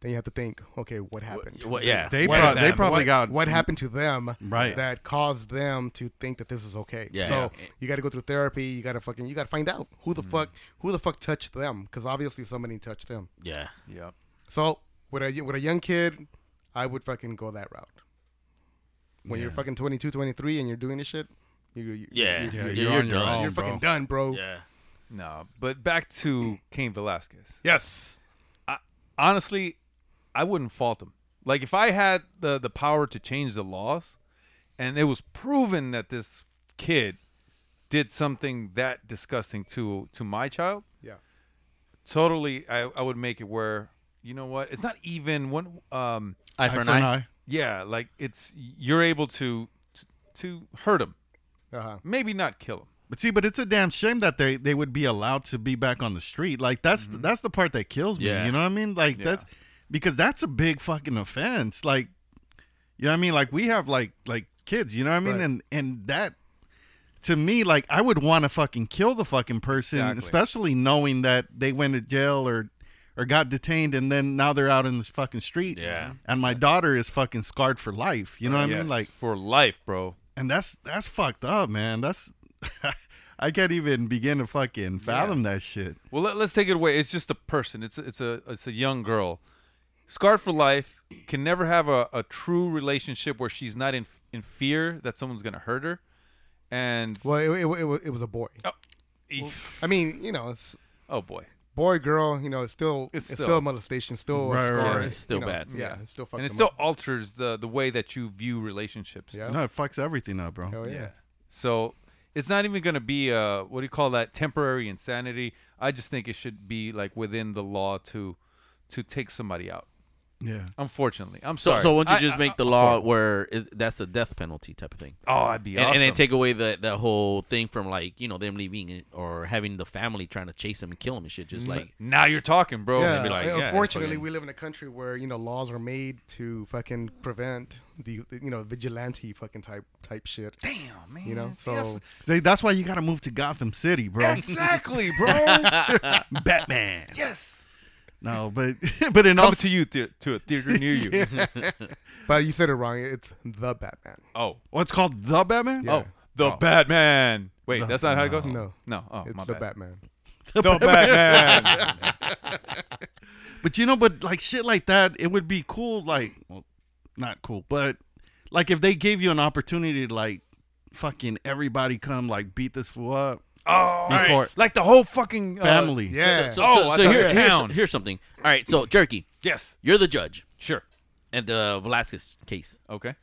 then you have to think, okay, what happened? Well, yeah. They What- prob- they what- probably got what happened to them Right. that caused them to think that this is okay. Yeah. so Yeah. you got to go through therapy. You got to fucking you got to find out who the fuck who the fuck touched them because obviously somebody touched them. Yeah. Yep. So with a with a young kid, I would fucking go that route. When you're fucking 22, 23 and you're doing this shit, you, you Yeah. you're, Yeah, You're you're on your done. own. you're bro. fucking done, bro. Yeah. No, but back to Cain Velasquez. Yes. honestly, I wouldn't fault him. Like if I had the the power to change the laws, and it was proven that this kid did something that disgusting to to my child, Yeah. totally, I, I would make it where you know what? It's not even one. Um, Eye for an eye. yeah, like it's you're able to to hurt him, Uh-huh. maybe not kill him. But see, but it's a damn shame that they they would be allowed to be back on the street. Like that's that's the part that kills me. Mm-hmm. Yeah. You know what I mean? Like that's because that's a big fucking offense. Like you know what I mean? Like we have like like kids, you know what I mean? Right. And and that to me, like I would want to fucking kill the fucking person, Exactly. especially knowing that they went to jail or or got detained and then now they're out in the fucking street. Yeah. And my daughter is fucking scarred for life. You know what I Yes, mean? Like for life, bro. and that's that's fucked up, man. That's [laughs] I can't even begin to fucking fathom that shit. Well, let, us take it away. It's just a person. It's a, it's a it's a young girl, scarred for life. Can never have a, a true relationship where she's not in in fear that someone's gonna hurt her. And Well, it, it, it, was- it was a boy. oh, I mean, you know, it's oh boy, boy, girl, you know, it's still It's it's, still- still, molestation, still Right, a right, scar, right. It's still you know, bad. Yeah, it still fucks and it them still up. alters the the way that you view relationships. Yeah. No, it fucks everything up, bro. Hell yeah. So it's not even gonna be uh what do you call that temporary insanity. I just think it should be like within the law to to take somebody out. Yeah. Unfortunately, I'm So, sorry. so why I- don't you just I- make the I- law where it, that's a death penalty type of thing, Oh, I'd be and, awesome. and then take away the that whole thing from like you know them leaving it or having the family trying to chase him and kill him and shit. Just like now you're talking, bro. Yeah, They'd be like, I- yeah, unfortunately, fucking- we live in a country where you know laws are made to fucking prevent the the, you know vigilante fucking type type shit. Damn man, you know so See, that's why you gotta move to Gotham City, bro. [laughs] exactly, bro. Batman. yes. No, but [laughs] but in Come all to you thea- to a theater [laughs] near you. but you said it wrong. It's the Batman. [laughs] Oh, what's called the Batman? Yeah. oh, the Batman. Wait, that's not how it goes. No. no. Oh, it's my the bad. Batman. [laughs] The Batman. But you know, but like shit like that, it would be cool. Like, well, not cool, but like if they gave you an opportunity to like fucking everybody come like beat this fool up. oh, Before- alright. like the whole fucking uh, Family. Yeah. so. Oh, so, I so thought here, you were here's, down. here's something. All right, so Jerky, Yes, you're the judge sure. at the Velasquez case. Okay.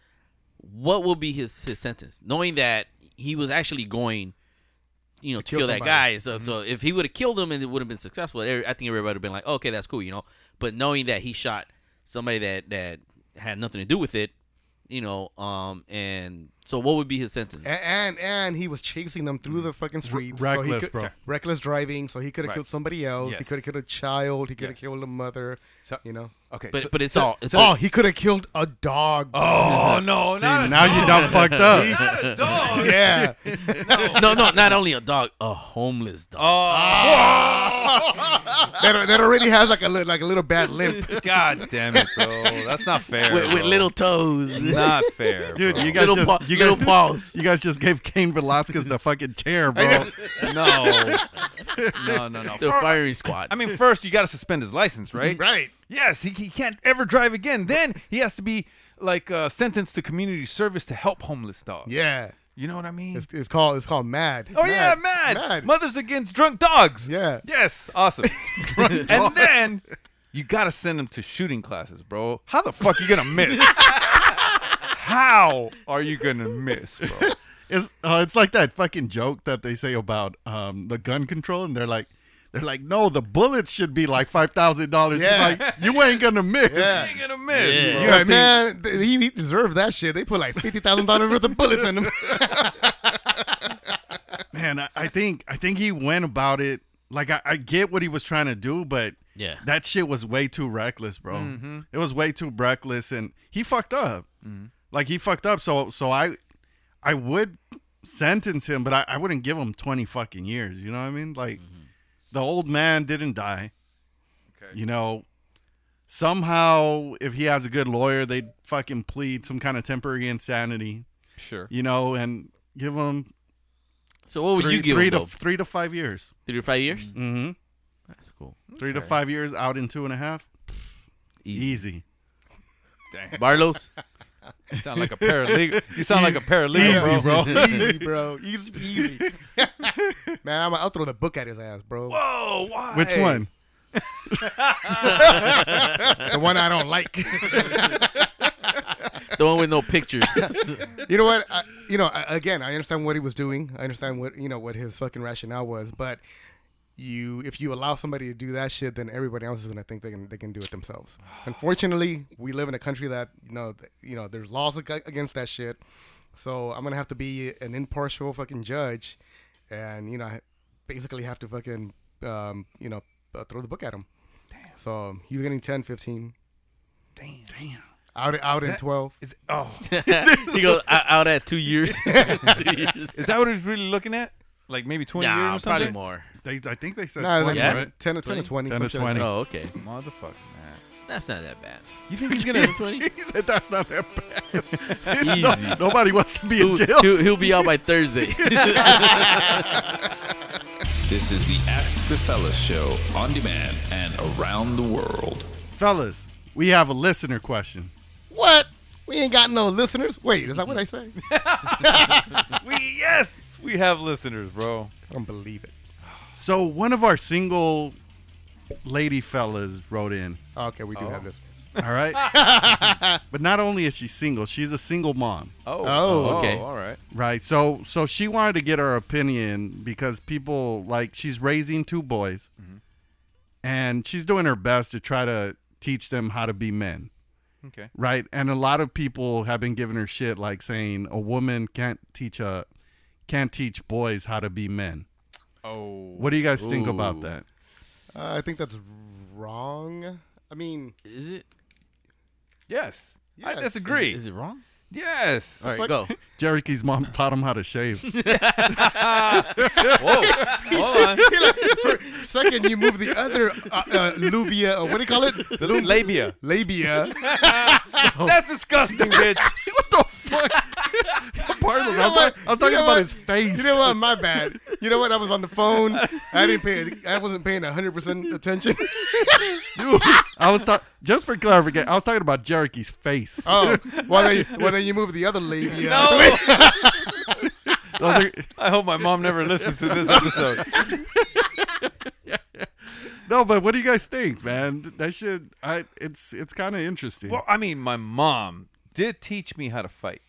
What will be his his sentence, knowing that he was actually going, you know, to, kill kill, that somebody. guy? So, so if he would have killed him and it would have been successful, every- I think everybody would have been like, okay, that's cool, you know. But knowing that he shot somebody that that had nothing to do with it, you know, um, and so what would be his sentence? A- And, and he was chasing them Mm. through the fucking streets. so he reckless, could- bro. [laughs] Reckless driving. So he could have killed somebody else. He Yes. could have killed a child. He could have Yes. killed a mother. So- you know. Okay. but so- but it's all it's Oh, all he could have killed a dog. oh [laughs] no, See, not a now you done [laughs] fucked up. not a [laughs] dog. yeah. [laughs] no no not only a dog a homeless dog. that, that already has like a li- like a little bad limp. [laughs] God damn it, bro. That's not fair. [laughs] with, with bro. little toes. Not [laughs] fair, Dude, bro. you guys Little just pa- you guys, little [laughs] paws. You guys just gave Kane Velasquez the fucking chair, bro. [laughs] no, [laughs] no, no, no. the firing squad. I mean, first you got to suspend his license, right? Mm-hmm. right. Yes, he, he can't ever drive again. Then he has to be like uh, sentenced to community service to help homeless dogs. Yeah. you know what I mean. It's, it's called it's called mad. oh yeah, mad. Mothers against drunk dogs. Yeah. Yes, [laughs] awesome. [laughs] and then you got to send him to shooting classes, bro. How the fuck you gonna [laughs] miss? How are you gonna miss, [laughs] bro? It's uh, it's like that fucking joke that they say about um, the gun control, and they're like, They're like, no, the bullets should be like five thousand dollars. Yeah. Like you ain't gonna miss. Yeah. Ain't gonna miss. Yeah. You're like, man, th- he he deserved that shit. They put like fifty thousand dollars worth of bullets in him. [laughs] Man, I, I think I think he went about it. Like I, I get what he was trying to do, but Yeah. that shit was way too reckless, bro. It was way too reckless, and he fucked up. Like he fucked up. So so I I would sentence him, but I, I wouldn't give him twenty fucking years. You know what I mean? Like the old man didn't die. You know, somehow if he has a good lawyer, they'd fucking plead some kind of temporary insanity. Sure. You know, and give him So what would three, you give three him? to though? three to five years. Three to five years. Mm-hmm. That's cool. Three to five years out in two and a half. Easy. Barlow's. You sound like a paralegal. You sound like a paralegal, [laughs] Easy, bro. [laughs] easy, bro. Easy, easy. man, I'm, I'll throw the book at his ass, bro. Oh, why? Which one? The one I don't like. [laughs] The one with [laughs] no pictures. [laughs] you know what? I, you know, I, again, I understand what he was doing. I understand what you know what his fucking rationale was, but you, if you allow somebody to do that shit, then everybody else is gonna think they can they can do it themselves. Unfortunately, we live in a country that you know th- you know there's laws ag- against that shit. So I'm gonna have to be an impartial fucking judge, and you know, I basically have to fucking um, you know uh, throw the book at him. So he's getting 10, 15. Damn. Out, out in 12. Is, oh, he goes out, out at [laughs] two years. [laughs] two years. is that what he's really looking at? Like maybe twenty Nah, years or something? probably more. They, I think they said No, it's 20, Yeah. like right? 10 or 10 or 20. 10 some to shit like 20. that. Oh, okay. Motherfucker, man. That's not that bad. You think he's [laughs] gonna? [laughs] He said that's not that [laughs] bad. It's Easy. not- nobody wants to be in He'll, jail. he'll- he'll be out [laughs] by Thursday. Oh, [laughs] This is the Ask the Fellas show on demand and around the world. Fellas, we have a listener question. What? We ain't got no listeners. Wait, is that what I say? I we yes, we have listeners, bro. don't believe it. So one of our single lady fellas wrote in. Okay, we do have listeners. All right. [laughs] but not only is she single, she's a single mom. Oh, Oh. Okay. all right. Right. So so she wanted to get her opinion because people like she's raising two boys Mm-hmm. and she's doing her best to try to teach them how to be men. Okay. Right? And a lot of people have been giving her shit like saying a woman can't teach a can't teach boys how to be men. Oh, What do you guys think about Ooh. that? Uh, I think that's wrong. I mean, [laughs] Is it? yes. I Yes. disagree. Is it wrong? yes. All right, go. Jericho's [laughs] mom taught him how to shave. [laughs] Whoa. Hold on. second you move the other uh, uh, luvia, or what do you call it? Lu- Labia. labia. That's [laughs] disgusting, bitch. what the [laughs] fuck? Bartles, I was, what? talking- I was You talking know about what? his face. You know what? My bad. You know what? I was on the phone. I didn't pay. I wasn't paying 100% attention. [laughs] I was talking just for clarification. I was talking about Jericho's face. Oh, well then, well then you move the other [laughs] labia. [laughs] Those are- I hope my mom never listens to this [laughs] episode. no, but what do you guys think, man? That shit, I it's it's kind of interesting. Well, I mean, my mom did teach me how to fight.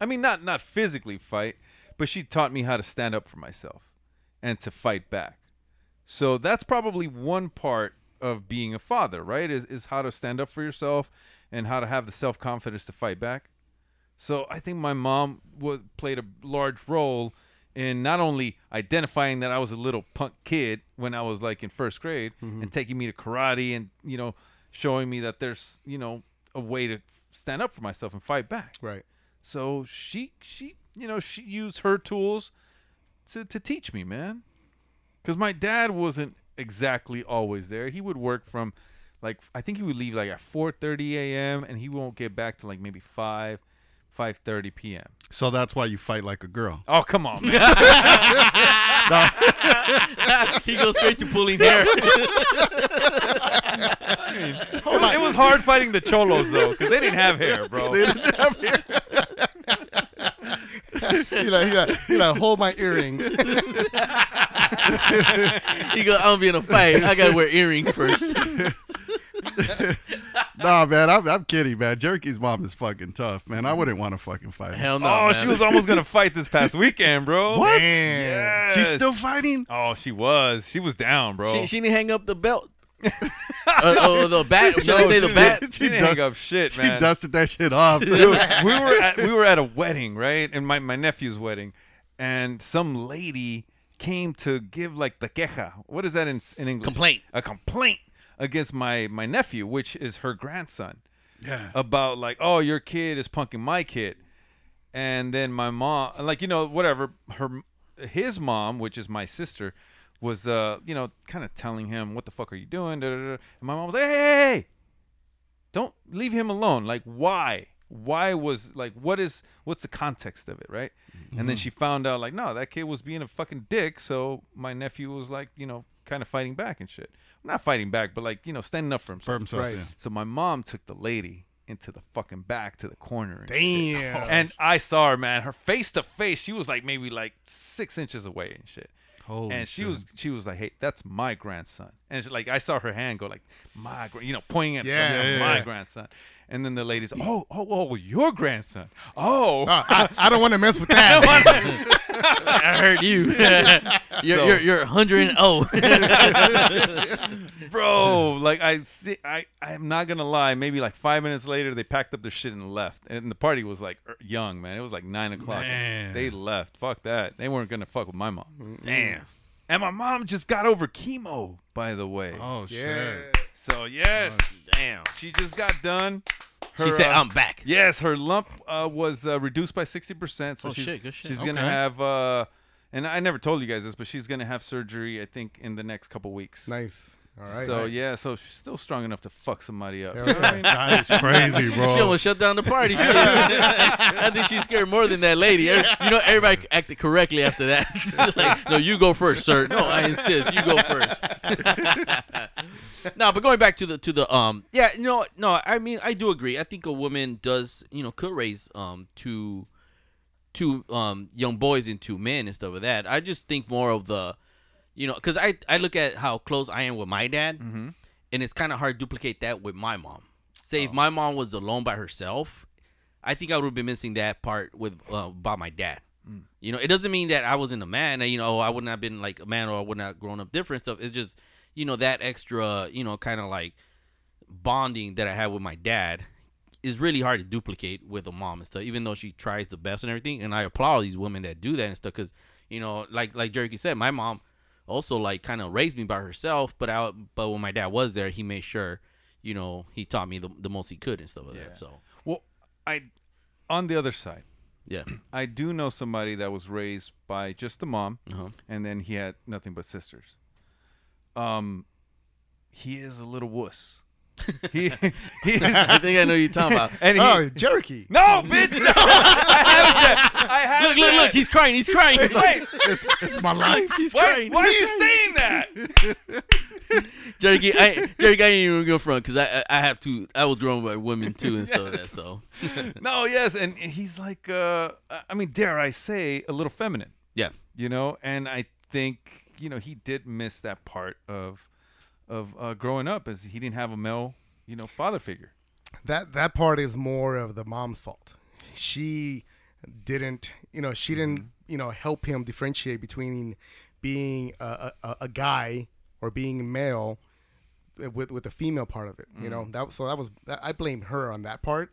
I mean, not not physically fight, but she taught me how to stand up for myself and to fight back. So that's probably one part of being a father, right? Is is how to stand up for yourself and how to have the self confidence to fight back. So I think my mom wa played a large role in not only identifying that I was a little punk kid when I was like in first grade and taking me to karate and you know showing me that there's you know a way to stand up for myself and fight back. Right. So she she you know she used her tools to to teach me, man. Cuz my dad wasn't exactly always there. He would work from like I think he would leave like at 4:30 a.m. and he won't get back till like maybe 5 5:30 p.m. so that's why you fight like a girl. Oh, come on. Man. [laughs] [laughs] he goes straight to pulling hair. it was hard fighting the cholos though cuz they didn't have hair, [laughs] bro. He like, he like, he like, hold my earrings. [laughs] [laughs] he goes, I'm gonna be in a fight. I gotta wear earrings first. Nah, man, I'm, I'm kidding, man. Jerky's mom is fucking tough, man. I wouldn't want to fucking fight. her. Hell no. Oh, man. she was almost gonna fight this past weekend, bro. What? Yes. She's still fighting. Oh, she was. [laughs] She was down, bro. She, she didn't hang up the belt. uh, oh, the [laughs] bat. Should I say the she- bat? She, She didn't dug- hang up shit, She man. dusted that shit off. Dude, Dude. [laughs] we were at, we were at a wedding, right? And my, my nephew's wedding, and some lady came to give like the queja. What is that in in English? Complaint. A complaint against my my nephew, which is her grandson. Yeah. About like, oh, your kid is punking my kid, and then my mom, like you know, whatever. Her his mom, which is my sister. Was uh you know kind of telling him what the fuck are you doing? Da, da, da. And my mom was like, hey, hey, hey, don't leave him alone like why why was like what is what's the context of it right and Mm-hmm. then she found out like no that kid was being a fucking dick so my nephew was like you know kind of fighting back and shit not fighting back but like you know standing up for himself, For himself, Right. yeah. so my mom took the lady into the fucking back to the corner and shit. Damn. [laughs] and i saw her man her face to face she was like maybe like six inches away and shit Holy and she shit. was she was like, "Hey, that's my grandson." And she, like I saw her hand go like, "My," gran-" you know, pointing at Yeah, something, yeah, my yeah. grandson. And then the lady's, "Oh, oh, oh, your grandson." [laughs] Oh, Uh, I, I don't want to mess with [laughs] that. I heard you. [laughs] you're, So- you're you're 100 and oh. 0. bro, like I see, I I'm not gonna lie. Maybe like five minutes later, they packed up their shit and left. And the party was like er- young, man. It was like nine o'clock. They left. Fuck that. They weren't gonna fuck with my mom. Damn. And my mom just got over chemo, by the way. Oh shit. yeah. So yes, [laughs] Damn. she just got done. she Her, said, um, uh, "I'm back." Yes, her lump uh, was uh, reduced by sixty percent. So Oh, she's shit, good shit. she's gonna Okay. have. Uh, and I never told you guys this, but she's gonna have surgery. I think in the next couple weeks. Nice. All right. So yeah, so she's still strong enough to fuck somebody up. That is crazy, She bro. almost shut down the party. Shit. I think she scared more than that lady. Every- You know, everybody acted correctly after that. [laughs] She's like, no, you go first, sir. No, I insist. You go first. [laughs] no, but going back to the to the um, yeah, no, no. I mean, I do agree. I think a woman does, you know, could raise um two two um young boys and two men and stuff like that. I just think more of the, you know, because I I look at how close I am with my dad, and it's kind of hard to duplicate that with my mom. Say if my mom was alone by herself, I think I would have been missing that part with uh, by my dad. You know, it doesn't mean that I wasn't a man. uh, You know, I wouldn't have been like a man, or I would not have grown up different stuff. It's just you know that extra, you know, kind of like bonding that I had with my dad is really hard to duplicate with a mom and stuff. Even though she tries the best and everything, and I applaud these women that do that and stuff because you know, like like Jerky said, my mom also like kind of raised me by herself. But I but when my dad was there, he made sure you know he taught me the, the most he could and stuff like that. So Well, I on the other side, yeah, I do know somebody that was raised by just the mom, Uh-huh. and then he had nothing but sisters. Um, he is a little wuss. [laughs] he, he is, [laughs] I think I know what you're talking about. and he, Oh, Cherokee. No, bitch. No. I [laughs] Look, haven't. look, look! He's crying. He's crying. [laughs] Wait, it's, it's my life. He's wait. crying. Why are you saying that? Jerky, I, Jerky, I ain't even go front because I, I, I have to. I was grown by women too and stuff like that. So No, yes, and he's like, uh, I mean, dare I say, a little feminine, yeah, you know? And I think you know he did miss that part of of uh, growing up, as he didn't have a male, you know, father figure. that that part is more of the mom's fault. She didn't, you know, she didn't, you know, help him differentiate between being a, a- a, a guy or being male with with the female part of it. You know, that so that was that, I blame her on that part.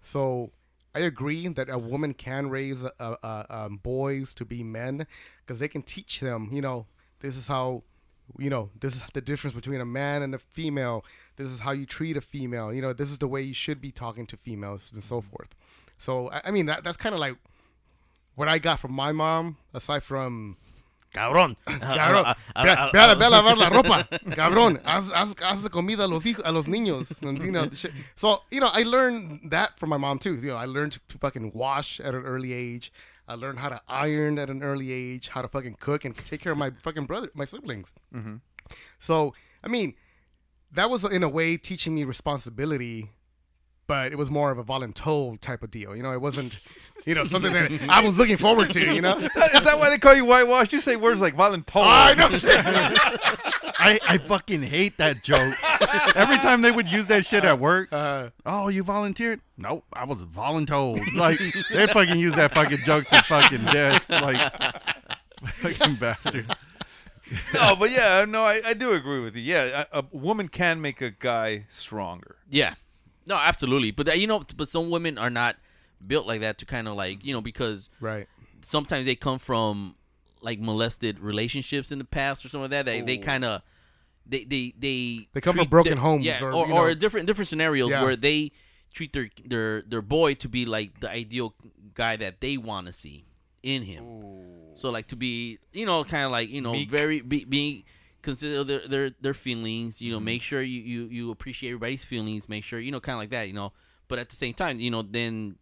So I agree that a woman can raise uh, uh, um, boys to be men because they can teach them. You know, this is how. You know, this is the difference between a man and a female. This is how you treat a female. You know, this is the way you should be talking to females and so forth. So, I, I mean, that, that's kind of like what I got from my mom, aside from cabrón. Cabrón, ve a- ve a ve a lavar la ropa. Cabrón, haz, haz, haz de comida a los, hijos, a los niños. And, you know, the shit. So, you know, I learned that from my mom, too. You know, I learned to, to fucking wash at an early age. I learned how to iron at an early age, how to fucking cook and take care of my fucking brother, my siblings. So, I mean, that was in a way teaching me responsibility, but it was more of a voluntold type of deal. You know, it wasn't, you know, something that I was looking forward to, you know? [laughs] Is that why they call you whitewash? You say words like voluntold. I know. I, I fucking hate [laughs] that joke. Every time they would use that shit at work. Uh-huh. oh, you volunteered? No, I was voluntold. Like they fucking use that fucking joke to fucking death. Like [laughs] fucking bastard. no, but yeah, no, I, I do agree with you. Yeah, a, a woman can make a guy stronger. Yeah. No, absolutely. But that, you know, but some women are not built like that to kind of like you know because Right. sometimes they come from like molested relationships in the past or something like that. They they kind of they they they They come from treat broken their- homes yeah, or, or, you know. different different scenarios Yeah. where they treat their their their boy to be like the ideal guy that they want to see in him. So like to be you know kind of like you know very be, being consider their, their their feelings. You know, make sure you you you appreciate everybody's feelings. Make sure you know kind of like that. You know, but at the same time, you know, then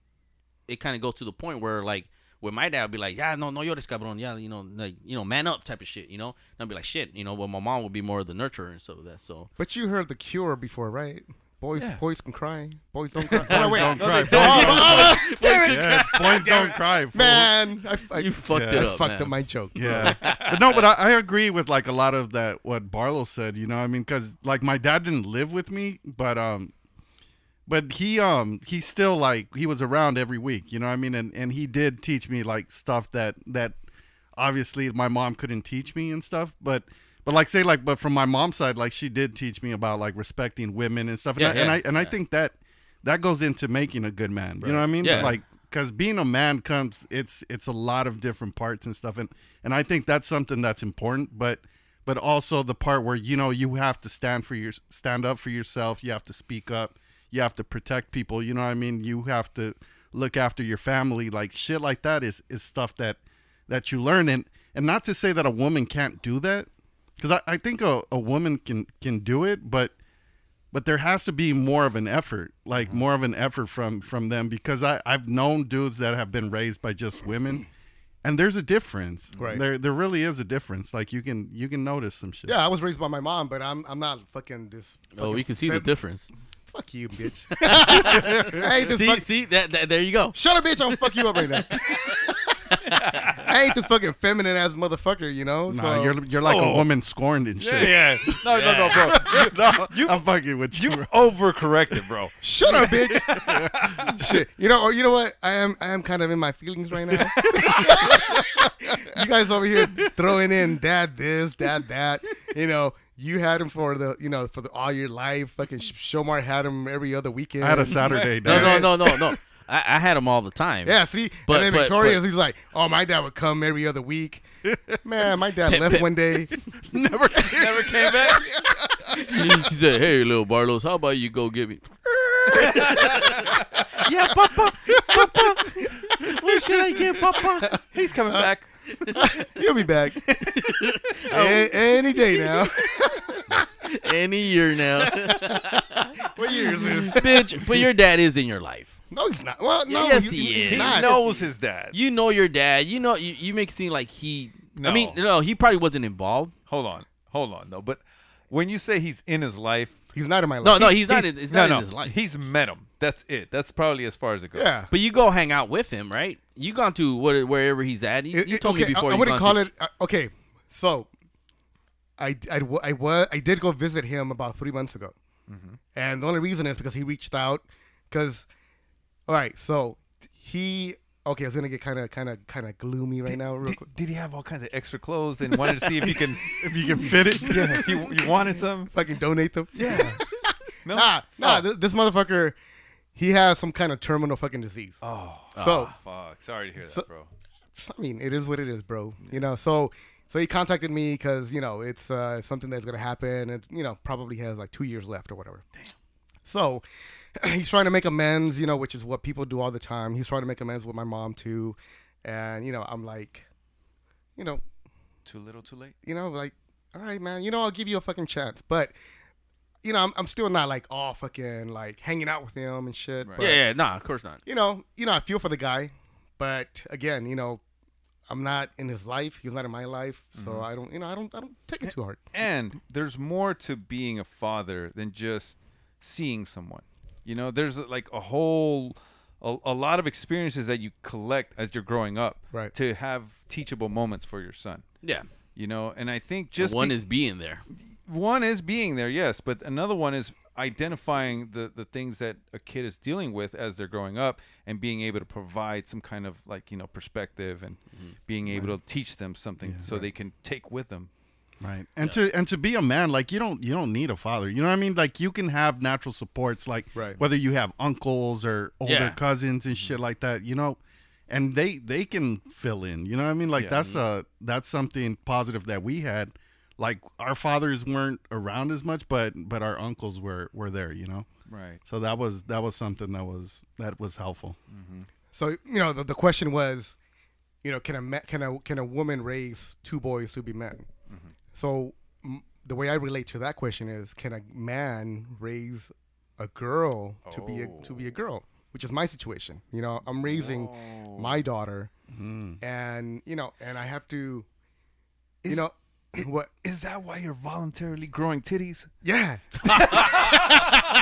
it kind of goes to the point where like with my dad would be like, yeah, no, no, eres cabrón, yeah, you know, like you know, man up type of shit, you know. And I'd be like, shit, you know. Well, my mom would be more of the nurturer and stuff of that. So But you heard the Cure before, right? Boys, boys can cry. Boys [laughs] don't cry. Oh, no, wait. [laughs] don't cry. Boys Oh, damn it. Yes, boys don't cry. fool. man, I, I, you fucked yeah, it I up, fucked man. up my joke. Yeah, [laughs] but no, but I, I agree with like a lot of that what Barlow said. You know, I mean, because like my dad didn't live with me, but um, but he um he still like he was around every week. You know, what I mean, and and he did teach me like stuff that that obviously my mom couldn't teach me and stuff, but. But like say like but from my mom's side like she did teach me about like respecting women and stuff and, Yeah, I, yeah, and I and I yeah. think that that goes into making a good man. You know what I mean? Yeah. Like because being a man comes it's it's a lot of different parts and stuff and and I think that's something that's important but but also the part where you know you have to stand for your stand up for yourself you have to speak up you have to protect people you know what I mean you have to look after your family like shit like that is is stuff that that you learn and and not to say that a woman can't do that because I, I think a, a woman can can do it but but there has to be more of an effort like more of an effort from from them because i i've known dudes that have been raised by just women and there's a difference Right. there there really is a difference like you can you can notice some shit Yeah, I was raised by my mom, but I'm I'm not fucking this. oh, fucking we can see the fem- difference. Fuck you, [laughs] bitch. I ain't this See, fuck- see that, that there you go. Shut up, bitch! I'm gonna fuck you up right [laughs] now. I ain't this fucking feminine ass motherfucker, you know. Nah, so you're you're like a woman scorned and shit Yeah. [laughs] No, no, no, bro. You, no [laughs] i'm fucking with you, you overcorrected, bro. shut up, bitch. [laughs] Shit, you know, or you know what? I am I am kind of in my feelings right now. [laughs] you guys over here throwing in dad this, dad that. You know, you had him for the you know for the, all your life. Fucking Shomar had him every other weekend. i [laughs] had a saturday No, day no, no, no, no. I, I had them all the time. Yeah, see, But- and then but- Victoria's, but- he's like, "Oh, my dad would come every other [laughs] week." Man, my dad left one day. never Never came back. he he said, "Hey, little Barlos, how about you go get me?" [laughs] yeah, Papa, Papa. What should I get, Papa? He's coming back. He'll be [laughs] back A- any day now. Any year now, what year is this? [laughs] bitch. But your dad is in your life. No, he's not. Well, no, Yes, you- he you- is. he's He not. knows his dad. You know your dad. You know you, you make it seem like he. I No. mean, no, he probably wasn't involved. Hold on. Hold on, though. But when you say he's in his life, He's not in my life. No, no, he's, not. In, he's no, not no, in his life. He's met him. That's it. That's probably as far as it goes. Yeah. but you go hang out with him, right? You gone to what, wherever he's at. You, It- you it- told okay, me before. I, I you wouldn't gone call to- it. uh, okay, so I I wa- I was I did go visit him about three months ago, Mm-hmm. and the only reason is because he reached out. Because, all right, so he okay. I was gonna get kind of kind of kind of gloomy right now, real Did, quick. did he have all kinds of extra clothes and wanted to see if you can, if you can fit [laughs] it [laughs] if you, you wanted some? Fucking donate them. [laughs] Yeah. No. Nah, nah. Oh. This, this motherfucker, he has some kind of terminal fucking disease. Oh, ah. So fuck. Sorry to hear that, So- bro. I mean, it is what it is, bro. You know, so so he contacted me because you know it's uh, something that's gonna happen, and you know probably has like two years left or whatever. Damn. So [clears throat] he's trying to make amends, you know, which is what people do all the time. He's trying to make amends with my mom too, and you know I'm like, you know, Too little, too late. you know, like, all right, man, you know, I'll give you a fucking chance, but. You know, I'm, I'm still not like all fucking like hanging out with him and shit. But, Yeah, yeah, nah, of course not. you know, you know, I feel for the guy, but again, you know, I'm not in his life. He's not in my life, so I don't, you know, I don't, I don't take it too hard. and there's more to being a father than just seeing someone you know there's uh, like a whole a, a lot of experiences that you collect as you're growing up Right. to have teachable moments for your son Yeah, you know and i think just one be- is being there. one is being there, yes, but another one is identifying the the things that a kid is dealing with as they're growing up and being able to provide some kind of like you know perspective and Mm-hmm. being able to teach them something so they can take with them. Right. And to and to be a man, like you don't you don't need a father. You know what I mean? Like you can have natural supports, like Right. whether you have uncles or older Yeah. Mm-hmm. cousins and shit like that, you know. And they they can fill in. You know what I mean? Like that's Mm-hmm. uh that's something positive that we had. Like our fathers weren't around as much, but but our uncles were were there, you know? Right. So that was that was something that was that was helpful. Mm. So you know, the, the question was, you know, can a ma- can a can a woman raise two boys to be men? So m- the way I relate to that question is, can a man raise a girl to be a, to be a girl? Which is my situation. You know, I'm raising my daughter, and you know, and I have to, you know, [clears throat] what? Is that why you're voluntarily growing titties? Yeah, [laughs]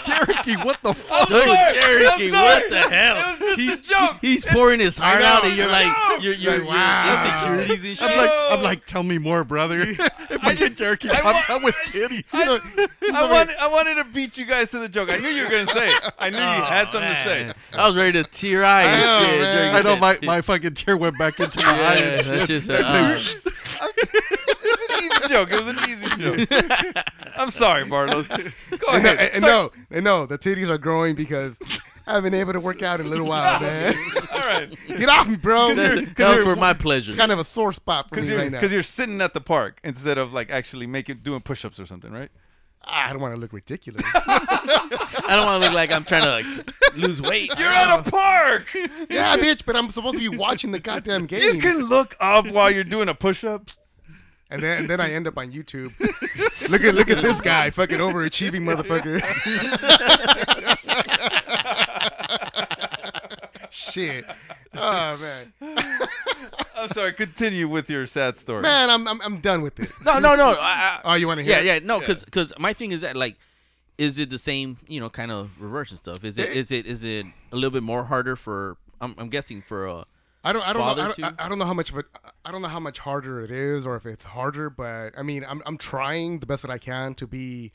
Cherokee, what [laughs] the fuck? Dude, Cherokee, what the hell? he's, He's pouring his heart out, and you're like, you're, you're, Like, wow. you're insecurities and I'm shit. like, I'm like, tell me more, brother. if I get jerky pops out with titties, [laughs] I want I wanted to beat you guys to the joke. I knew you were gonna say it. I knew you had something Oh, Man, to say. I was ready to tear eye. and know, shit man. during I know that my, shit. my fucking tear went back into my eye. [laughs] Yeah, And that's shit. just It's a- uh, like, It was an easy joke. It was an easy joke. [laughs] I'm sorry, Bartos. Go and no, ahead. and no, and no, the titties are growing because [laughs] I've been able to work out in a little [laughs] while, man. All right. Get off me, bro. That, It's that was for my pleasure. kind of a sore spot for Because me you're, right now. 'cause you're sitting at the park instead of like actually making doing push-ups or something, right? Ah, I don't want to look [laughs] ridiculous. I don't want to look like I'm trying to like, lose weight. You're at a [laughs] park. yeah, bitch, but I'm supposed to be watching the goddamn game. [laughs] You can look up while you're doing a push-up. And then and then I end up on [laughs] YouTube. look at look at this guy, fucking overachieving [laughs] motherfucker. [laughs] Shit. Oh man. I'm sorry. Continue with your sad story. Man, I'm I'm, I'm done with it. No, no, no. I, I, Oh, you want to hear? yeah, it? yeah, no, because my thing is that like, is it the same? You know, kind of reverse and stuff. Is it is it is it a little bit more harder for? I'm, I'm guessing for a. I don't I don't Father know, I don't, too? I- I don't know how much of it I don't know how much harder it is or if it's harder, but I mean I'm I'm trying the best that I can to be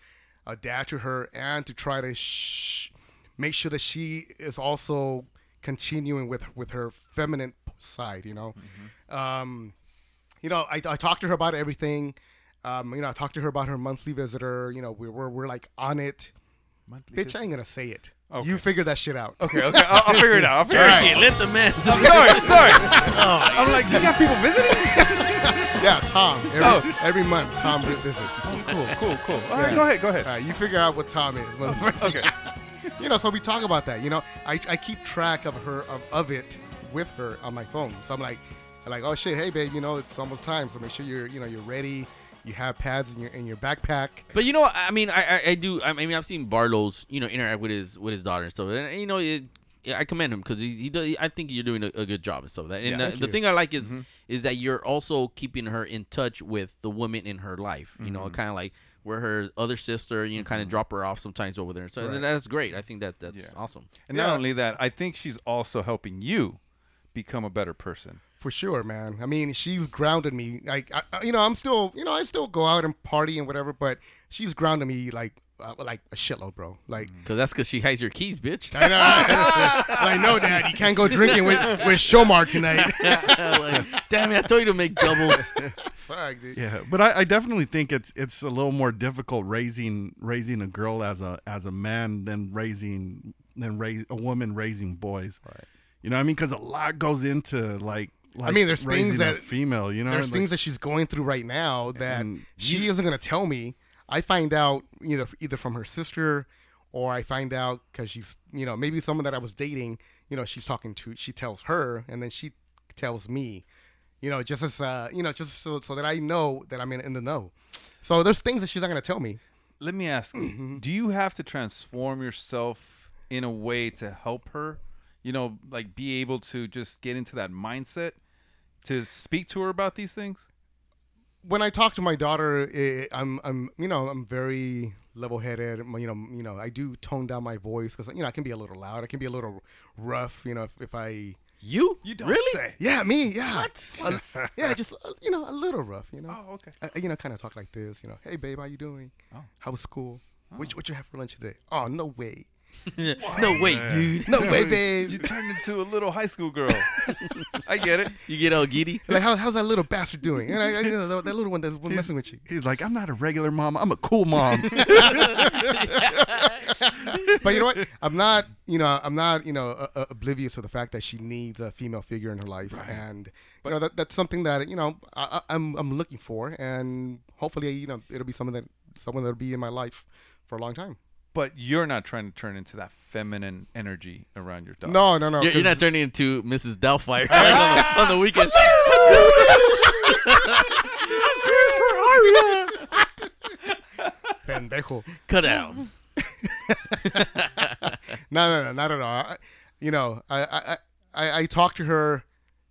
a dad to her and to try to sh- make sure that she is also continuing with with her feminine side, you know. Um you know, I, I talked to her about everything. Um, you know, I talked to her about her monthly visitor. You know, we were we're like on it. Monthly Bitch, I ain't gonna say it. You figure that shit out. [laughs] Okay, okay. I'll, I'll figure it out. I'll figure Hey, it let the man. out. Sorry, sorry. I'm like, you got people visiting? Yeah, Tom. Every, every month, Tom visits. cool, cool, cool. All right, go ahead, go ahead. All right, you figure out what Tom is. motherfucker. [laughs] Okay. you know, so we talk about that. You know, I, I keep track of her of, of it with her on my phone. So I'm like, I'm like, oh shit, hey babe, you know, it's almost time. So make sure you're you know you're ready. You have pads in your in your backpack. But you know, what, I mean, I, I I do. I mean, I've seen Barlow's, you know, interact with his with his daughter and stuff, and you know, it, I commend him because he, he does, I think you're doing a, a good job and stuff. And the, the thing I like is is that you're also keeping her in touch with the women in her life. You know, kind of like where her other sister, you know, kind of drop her off sometimes over there. So that's great. I think that that's awesome. And not only that, I think she's also helping you become a better person. For sure, man. I mean, she's grounded me. Like, I, I- you know, I'm still, you know, I still go out and party and whatever, but she's grounded me like, uh, like a shitload, bro. Like, Because that's because she hides your keys, bitch. [laughs] I know, [laughs] I know, uh, Dad. You can't go drinking with with Shomar tonight. Like, Damn it! I told you to make doubles. [laughs] Fuck, dude. [laughs] yeah, but I, I definitely think it's it's a little more difficult raising raising a girl as a as a man than raising than raise a woman raising boys. Right. You know what I mean? Because a lot goes into like. Like mean, there's things raising a that- female, you know, there's like- things that she's going through right now that And she isn't going to tell me. I find out either either from her sister, or I find out because she's you know maybe someone that I was dating. You know, she's talking to. She tells her, and then she tells me. You know, just as uh, you know, just so, so that I know that I'm in, in the know. So there's things that she's not going to tell me. Let me ask you, do you have to transform yourself in a way to help her? You know, like be able to just get into that mindset to speak to her about these things? when I talk to my daughter, i I'm I'm you know I'm very level-headed. I'm, You know you know I do tone down my voice because you know I can be a little loud. I can be a little rough. You know if, if I You? You don't really? say. Yeah, me. Yeah. A- yeah, just uh, you know, a little rough. You know. Oh, okay. I, I, you know, kind of talk like this. You know, hey babe, how you doing? Oh. How was school? Oh. What, you- what you have for lunch today? Oh, no [laughs] way. No, wait, dude. No way, babe. You [laughs] turned into a little high school girl. I get it. You get all giddy. like, how, how's that little bastard doing? And I, I, you know, that, that little one that's messing with you. He's like, I'm not a regular mom. I'm a cool mom. But you know what? I'm not, you know, I'm not, you know, uh, uh, oblivious to the fact that she needs a female figure in her life, and you know that that's something that you know I, I- I'm I'm looking for, and hopefully, you know, it'll be someone that someone that'll be in my life for a long time. But you're not trying to turn into that feminine energy around your dog. No, no, no. You're, [laughs] you're 'cause- not turning into Mrs. Doubtfire [laughs] on, the, on the weekend. pendejo. Cut out. No, no, no, not at all. I, you know, I, I, I, I talk to her.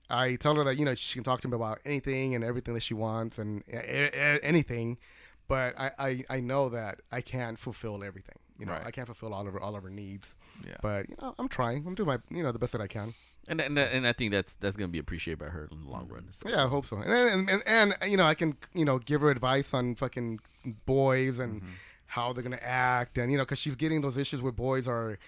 I tell her that you know she can talk to me about anything and everything that she wants and a- a- anything, but I, I, I know that I can't fulfill everything. You know, Right. I can't fulfill all of her all of her needs. Yeah. But you know, I'm trying. I'm doing my you know the best that I can. And, and and I think that's that's gonna be appreciated by her in the long run. and stuff. Yeah, I hope so. And and, and and you know, I can you know give her advice on fucking boys and Mm-hmm. how they're gonna act, and you know, because she's getting those issues where boys are,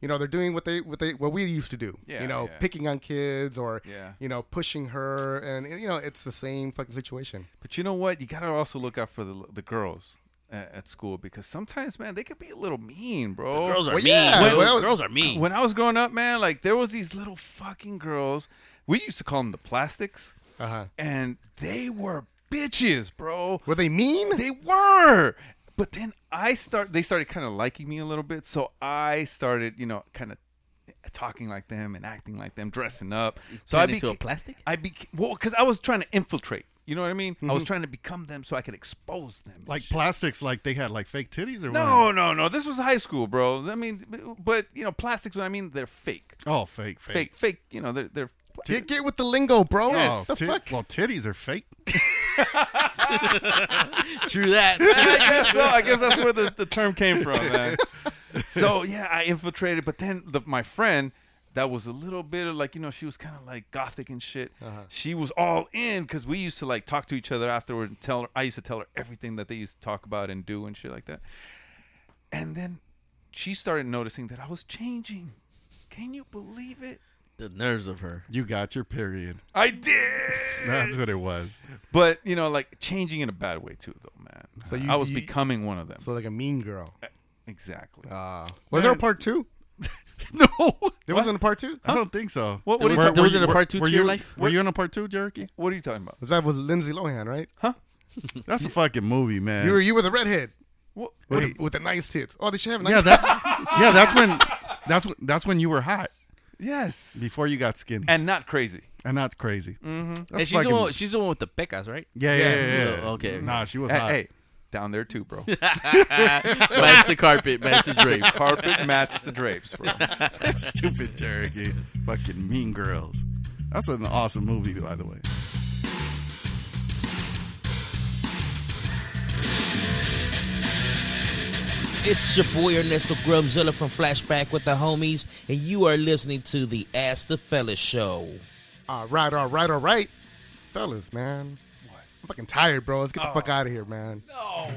you know, they're doing what they what they what we used to do. Yeah, you know, yeah. picking on kids or Yeah. you know pushing her, and you know, it's the same fucking situation. But you know what? You gotta also look out for the the girls at, at school because sometimes, man, they can be a little mean, bro. Girls are Well, mean. yeah, bro. well- girls are mean. When I was growing up, man, like there was these little fucking girls. We used to call them the plastics, Uh-huh. and they were bitches, bro. Were they mean? They were. But then I start. They started kind of liking me a little bit, so I started, you know, kind of talking like them and acting like them, dressing up. So I Turned into beca- a [laughs] plastic? I became well because I was trying to infiltrate. You know what I mean? I was trying to become them so I could expose them. like plastics, like they had like fake titties or no, no, no. This was high school, bro. I mean, but you know, plastics. What I mean, they're fake, Oh, fake, fake. fake, fake. You know, they're they're. Get get with the lingo, bro. Oh, the tit- fuck? well, titties are fake. True that. I guess so. I guess that's where the, the term came from, man. So yeah, I infiltrated, but then the, my friend that was a little bit of like you know she was kind of like gothic and shit. She was all in because we used to like talk to each other afterward and tell her. I used to tell her everything that they used to talk about and do and shit like that. And then she started noticing that I was changing. Can you believe it? the nerves of her. You got your period. I did. That's what it was. But you know, like changing in a bad way too, though, man. So you- I was you- becoming one of them. So like a mean girl. exactly. Uh, was there a part two? No, There wasn't a part two. I don't think so. What- what Were- is it? were There wasn't you- a part two were to your you- life? Were you in a part two, Jerky? what are you talking about? Was that was Lindsay Lohan, right? That's a fucking movie, man. You were you were the redhead What? with, the, with the nice tits. Oh, did she have nice? yeah, that's yeah, that's when that's when that's when you were hot Yes. before you got skinny and, And not crazy. not crazy. Mm-hmm. That's And she's fucking the one. She's the one with the pecas, right? yeah, yeah, yeah, yeah. Oh, okay, okay. Nah, she was Hey, hot. hey, down there too, [laughs] bro. match the carpet, match the drape. Carpet match the drapes, bro. [laughs] Stupid Jerky, fucking mean girls. That's an awesome movie, by the way. It's your boy Ernesto Grumzilla from Flashback with the homies, and you are listening to the Ask the Fella show. All right, all right, all right. Fellas, man. I'm fucking tired, bro. Let's get Oh. the fuck out of here, man. No.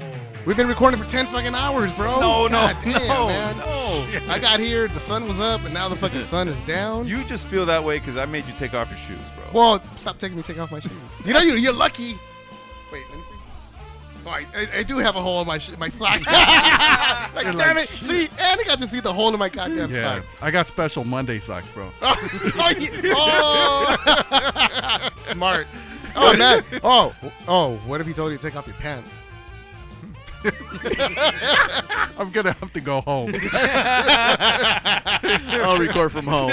We've been recording for 10 fucking hours, bro. No, no, God damn, no, man. no. I got here, the sun was up, and now the fucking sun is down. You just feel that way because I made you take off your shoes, bro. well, stop taking me, take off my shoes. You know, you're, you're lucky. Wait, let me see. Oh, I, I, I do have a hole in my sh- my sock. [laughs] like, damn it. See, and I got to see the hole in my goddamn Yeah, sock. I got special Monday socks, bro. oh, yeah. Oh. [laughs] smart. Oh man. Oh, oh. What if he told you to take off your pants? I'm gonna have to go home. I'll record from home.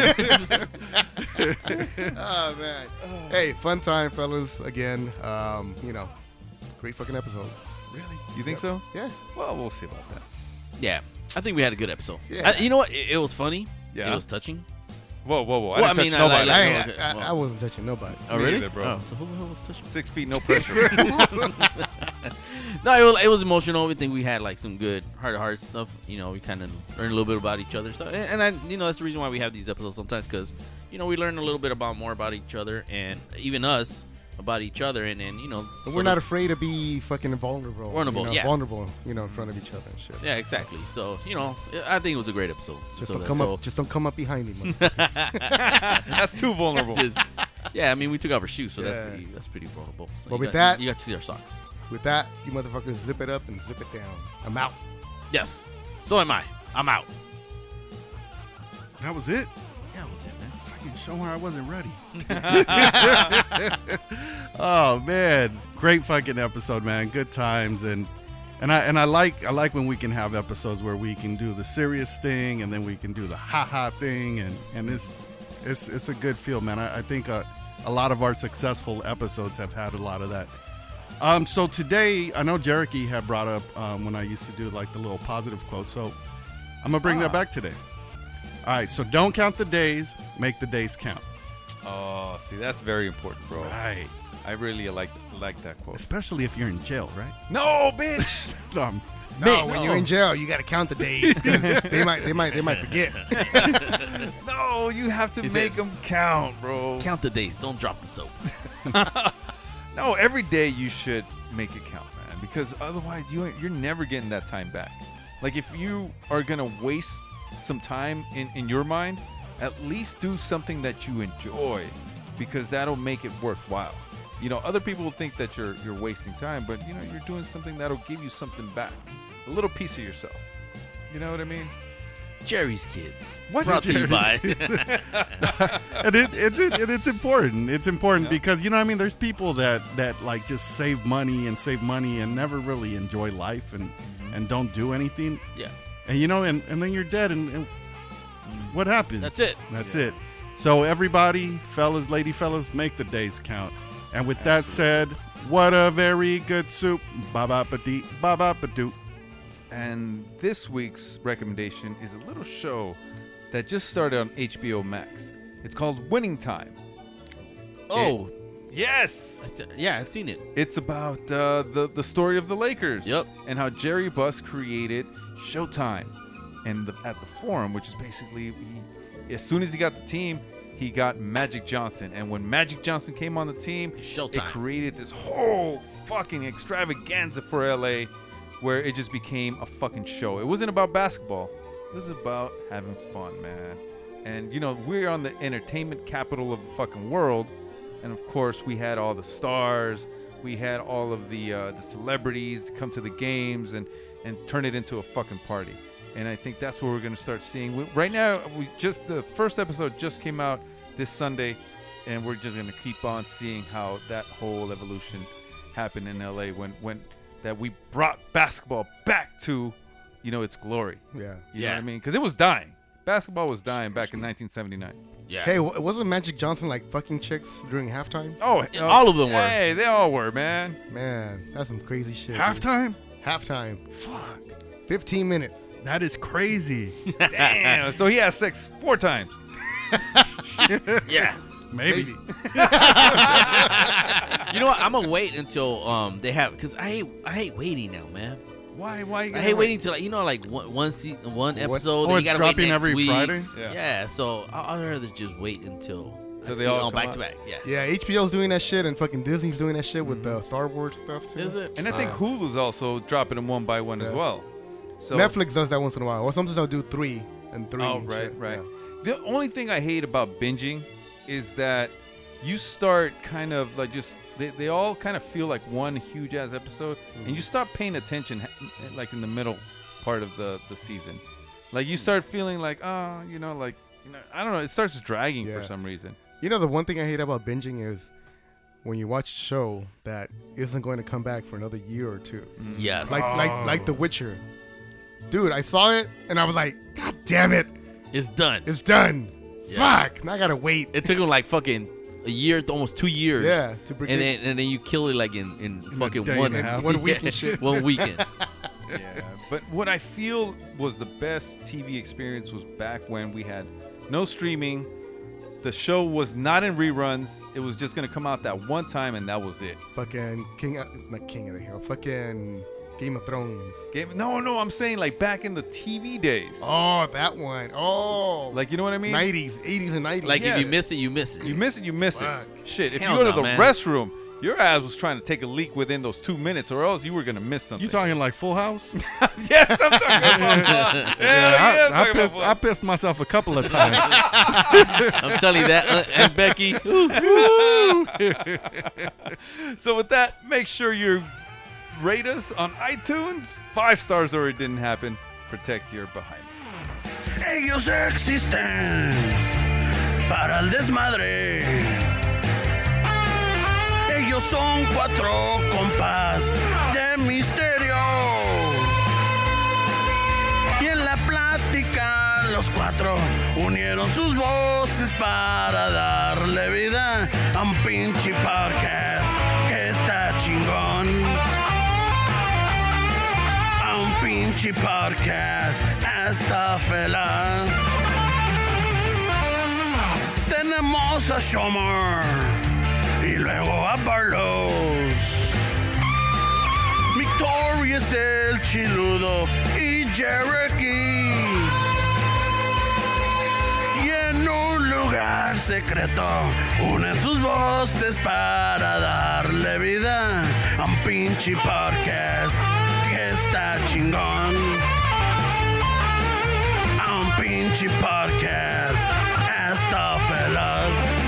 Oh man. Hey, fun time, fellas. Again, um, you know, great fucking episode. Really? You think so? Yeah. Well, we'll see about that. yeah, I think we had a good episode. Yeah. I- you know what? It, it was funny. Yeah. It was touching. Whoa, whoa, whoa. I Well, I didn't mean, touch I- I nobody. like- Hey, no, okay. I, I Well. wasn't touching nobody. Oh, Me really? either, bro. Oh, so who, who was touching? Six feet, [laughs] no pressure. [laughs] No, it was, it was emotional. We think we had like some good heart to heart stuff. You know, we kind of learned a little bit about each other stuff, and, and I, you know, that's the reason why we have these episodes sometimes because you know, we learned a little bit about more about each other and even us about each other, and then you know, But we're sort not of- afraid to be fucking vulnerable. Vulnerable, you know, yeah. Vulnerable, you know, in front of each other and shit. Yeah, exactly. So you know, I think it was a great episode. Just So don't that- come so- up. Just don't come up behind me. [laughs] that's too vulnerable. yeah, I mean, we took off our shoes, so Yeah. that's pretty, that's pretty vulnerable. So But you with got- that- you got to see our socks. With that, you motherfuckers zip it up and zip it down. I'm out. Yes. So am I. I'm out. That was it. Yeah, that was it, man. Fucking show her I wasn't ready. [laughs] oh man, great fucking episode, man. Good times and and I and I like I like when we can have episodes where we can do the serious thing and then we can do the ha ha thing and and it's it's it's a good feel, man. I, I think uh, a lot of our successful episodes have had a lot of that. Um, so today, I know Jericho had brought up um, when I used to do like the little positive quote. So I'm gonna bring that back today. All right, so don't count the days, make the days count. Oh, see, that's very important, bro. Right. I really like like that quote. Especially if you're in jail, right? [laughs] Um, No, [laughs] bitch. No, I'm- No, when you're in jail, you gotta count the [laughs] days. 'cause they might, they might, they might forget. no, you have to He make says- them count, bro. Count the days. Don't drop [laughs] the soap. No, every day you should make it count, man, because otherwise you ain't- you're never getting that time back. Like if you are gonna waste some time in in your mind, at least do something that you enjoy, because that'll make it worthwhile. You know, other people will think that you're you're wasting time, but you know you're doing something that'll give you something back, a little piece of yourself. You know what I mean? Jerry's kids. What's Brought to you Jerry's by. and it, it's it, and it's important. It's important because you know what I mean. There's people that that like just save money and save money and never really enjoy life and and don't do anything. [laughs] Mm-hmm. yeah. And you know, and, and then you're dead. And, and what happened? That's it. That's it. So everybody, fellas, lady fellas, make the days count. And with that said, what a very good soup. Ba ba ba dee, ba ba ba doo. And this week's recommendation is a little show that just started on HBO Max. It's called Winning Time. Oh, Yes. that's it. yeah, I've seen it. It's about uh, the the story of the Lakers. Yep. And how Jerry Buss created Showtime, and the, at the Forum, which is basically, he, as soon as he got the team, he got Magic Johnson, and when Magic Johnson came on the team, it Showtime. created this whole fucking extravaganza for LA, where it just became a fucking show. It wasn't about basketball. It was about having fun, man. And you know, we're on the entertainment capital of the fucking world and of course we had all the stars we had all of the uh, the celebrities come to the games and and turn it into a fucking party and i think that's what we're going to start seeing we, right now we just the first episode just came out this sunday and we're just going to keep on seeing how that whole evolution happened in la when when that we brought basketball back to you know its glory you Yeah. know Yeah. what i mean because it was dying basketball was dying back in 1979 Yeah. Hey, wa- wasn't Magic Johnson like fucking chicks during halftime? oh Yeah, all of them were. hey they all were [laughs] man Man, that's some crazy shit. dude. Halftime? Halftime. Fuck. Fifteen minutes. That is [laughs] crazy. Damn. so he has sex four times. Yeah. Maybe. You know what? I'm gonna wait until um they have because I hate I hate waiting now, man. Why? Why? You I gotta hate wait? waiting till like, you know like one one, se- one episode. Oh, then you it's gotta wait dropping next every week. Friday? Yeah. Yeah. so I- I'd rather just wait until So I they see all it come back out. to back. Yeah. Yeah, HBO's doing that shit, and fucking Disney's doing that shit with the Star Wars stuff too. Is it? And I think Hulu's also dropping them one by one as Yeah. well. So Netflix does that once in a while, or sometimes they'll do three and three. Oh, and right, shit. right. The only thing I hate about binging is that you start kind of like just they, they all kind of feel like one huge ass episode, and you stop paying attention ha- like in the middle part of the the season. Like you start feeling like oh, you know, like you know, I don't know, it starts dragging for Yeah. some reason. Yeah. You know, the one thing I hate about binging is when you watch a show that isn't going to come back for another year or two. Yes. Like, like, like The Witcher. Dude, I saw it and I was like, God damn it, it's done. it's done. Yeah. Fuck, now I gotta wait. It took him like fucking a year, to almost two years. Yeah, to bring and it- then and then you kill it like in, in, fucking day one and a half. One week and shit. [laughs] one weekend. yeah, [laughs] but what I feel was the best TV experience was back when we had no streaming. The show was not in reruns. It was just gonna come out that one time, and that was it. Fucking King, of, not King of the Hill. Fucking Game of Thrones. Game? No, no, I'm saying like back in the TV days. Oh, that one. Oh. Like you know what I mean? 90s, 80s, and 90s. Like if you miss it, you miss it. You miss it, you miss it. Shit, if Hell you go to no, the man. restroom, your ass was trying to take a leak within those two minutes, or else you were gonna miss something. You talking like Full House? [laughs] yes, I'm [laughs] talking about. Hell yeah, I'm I, I talking pissed, about- I pissed myself a couple of times. [laughs] I'm telling you that, uh, and Becky. so with that, make sure you rate us on iTunes. Five stars or it didn't happen. Protect your behind. Ellos existen para el desmadre. Ellos son cuatro compas de misterio. Y en la plática los cuatro unieron sus voces para darle vida a un pinche podcast que está chingón. A un pinche podcast está feliz. Tenemos a Shomer y luego a Barlow. Victoria es el chiludo y Cherokee. Y en un lugar secreto unen sus voces para darle vida a un pinche podcast que está chingón. A un pinche podcast está feliz.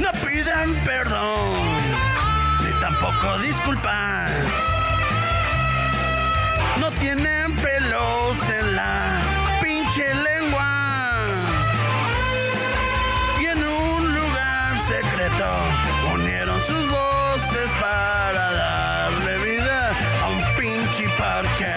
no pidan perdón, ni tampoco disculpas. No tienen pelos en la pinche lengua. Y en un lugar secreto unieron sus voces para darle vida a un pinche parque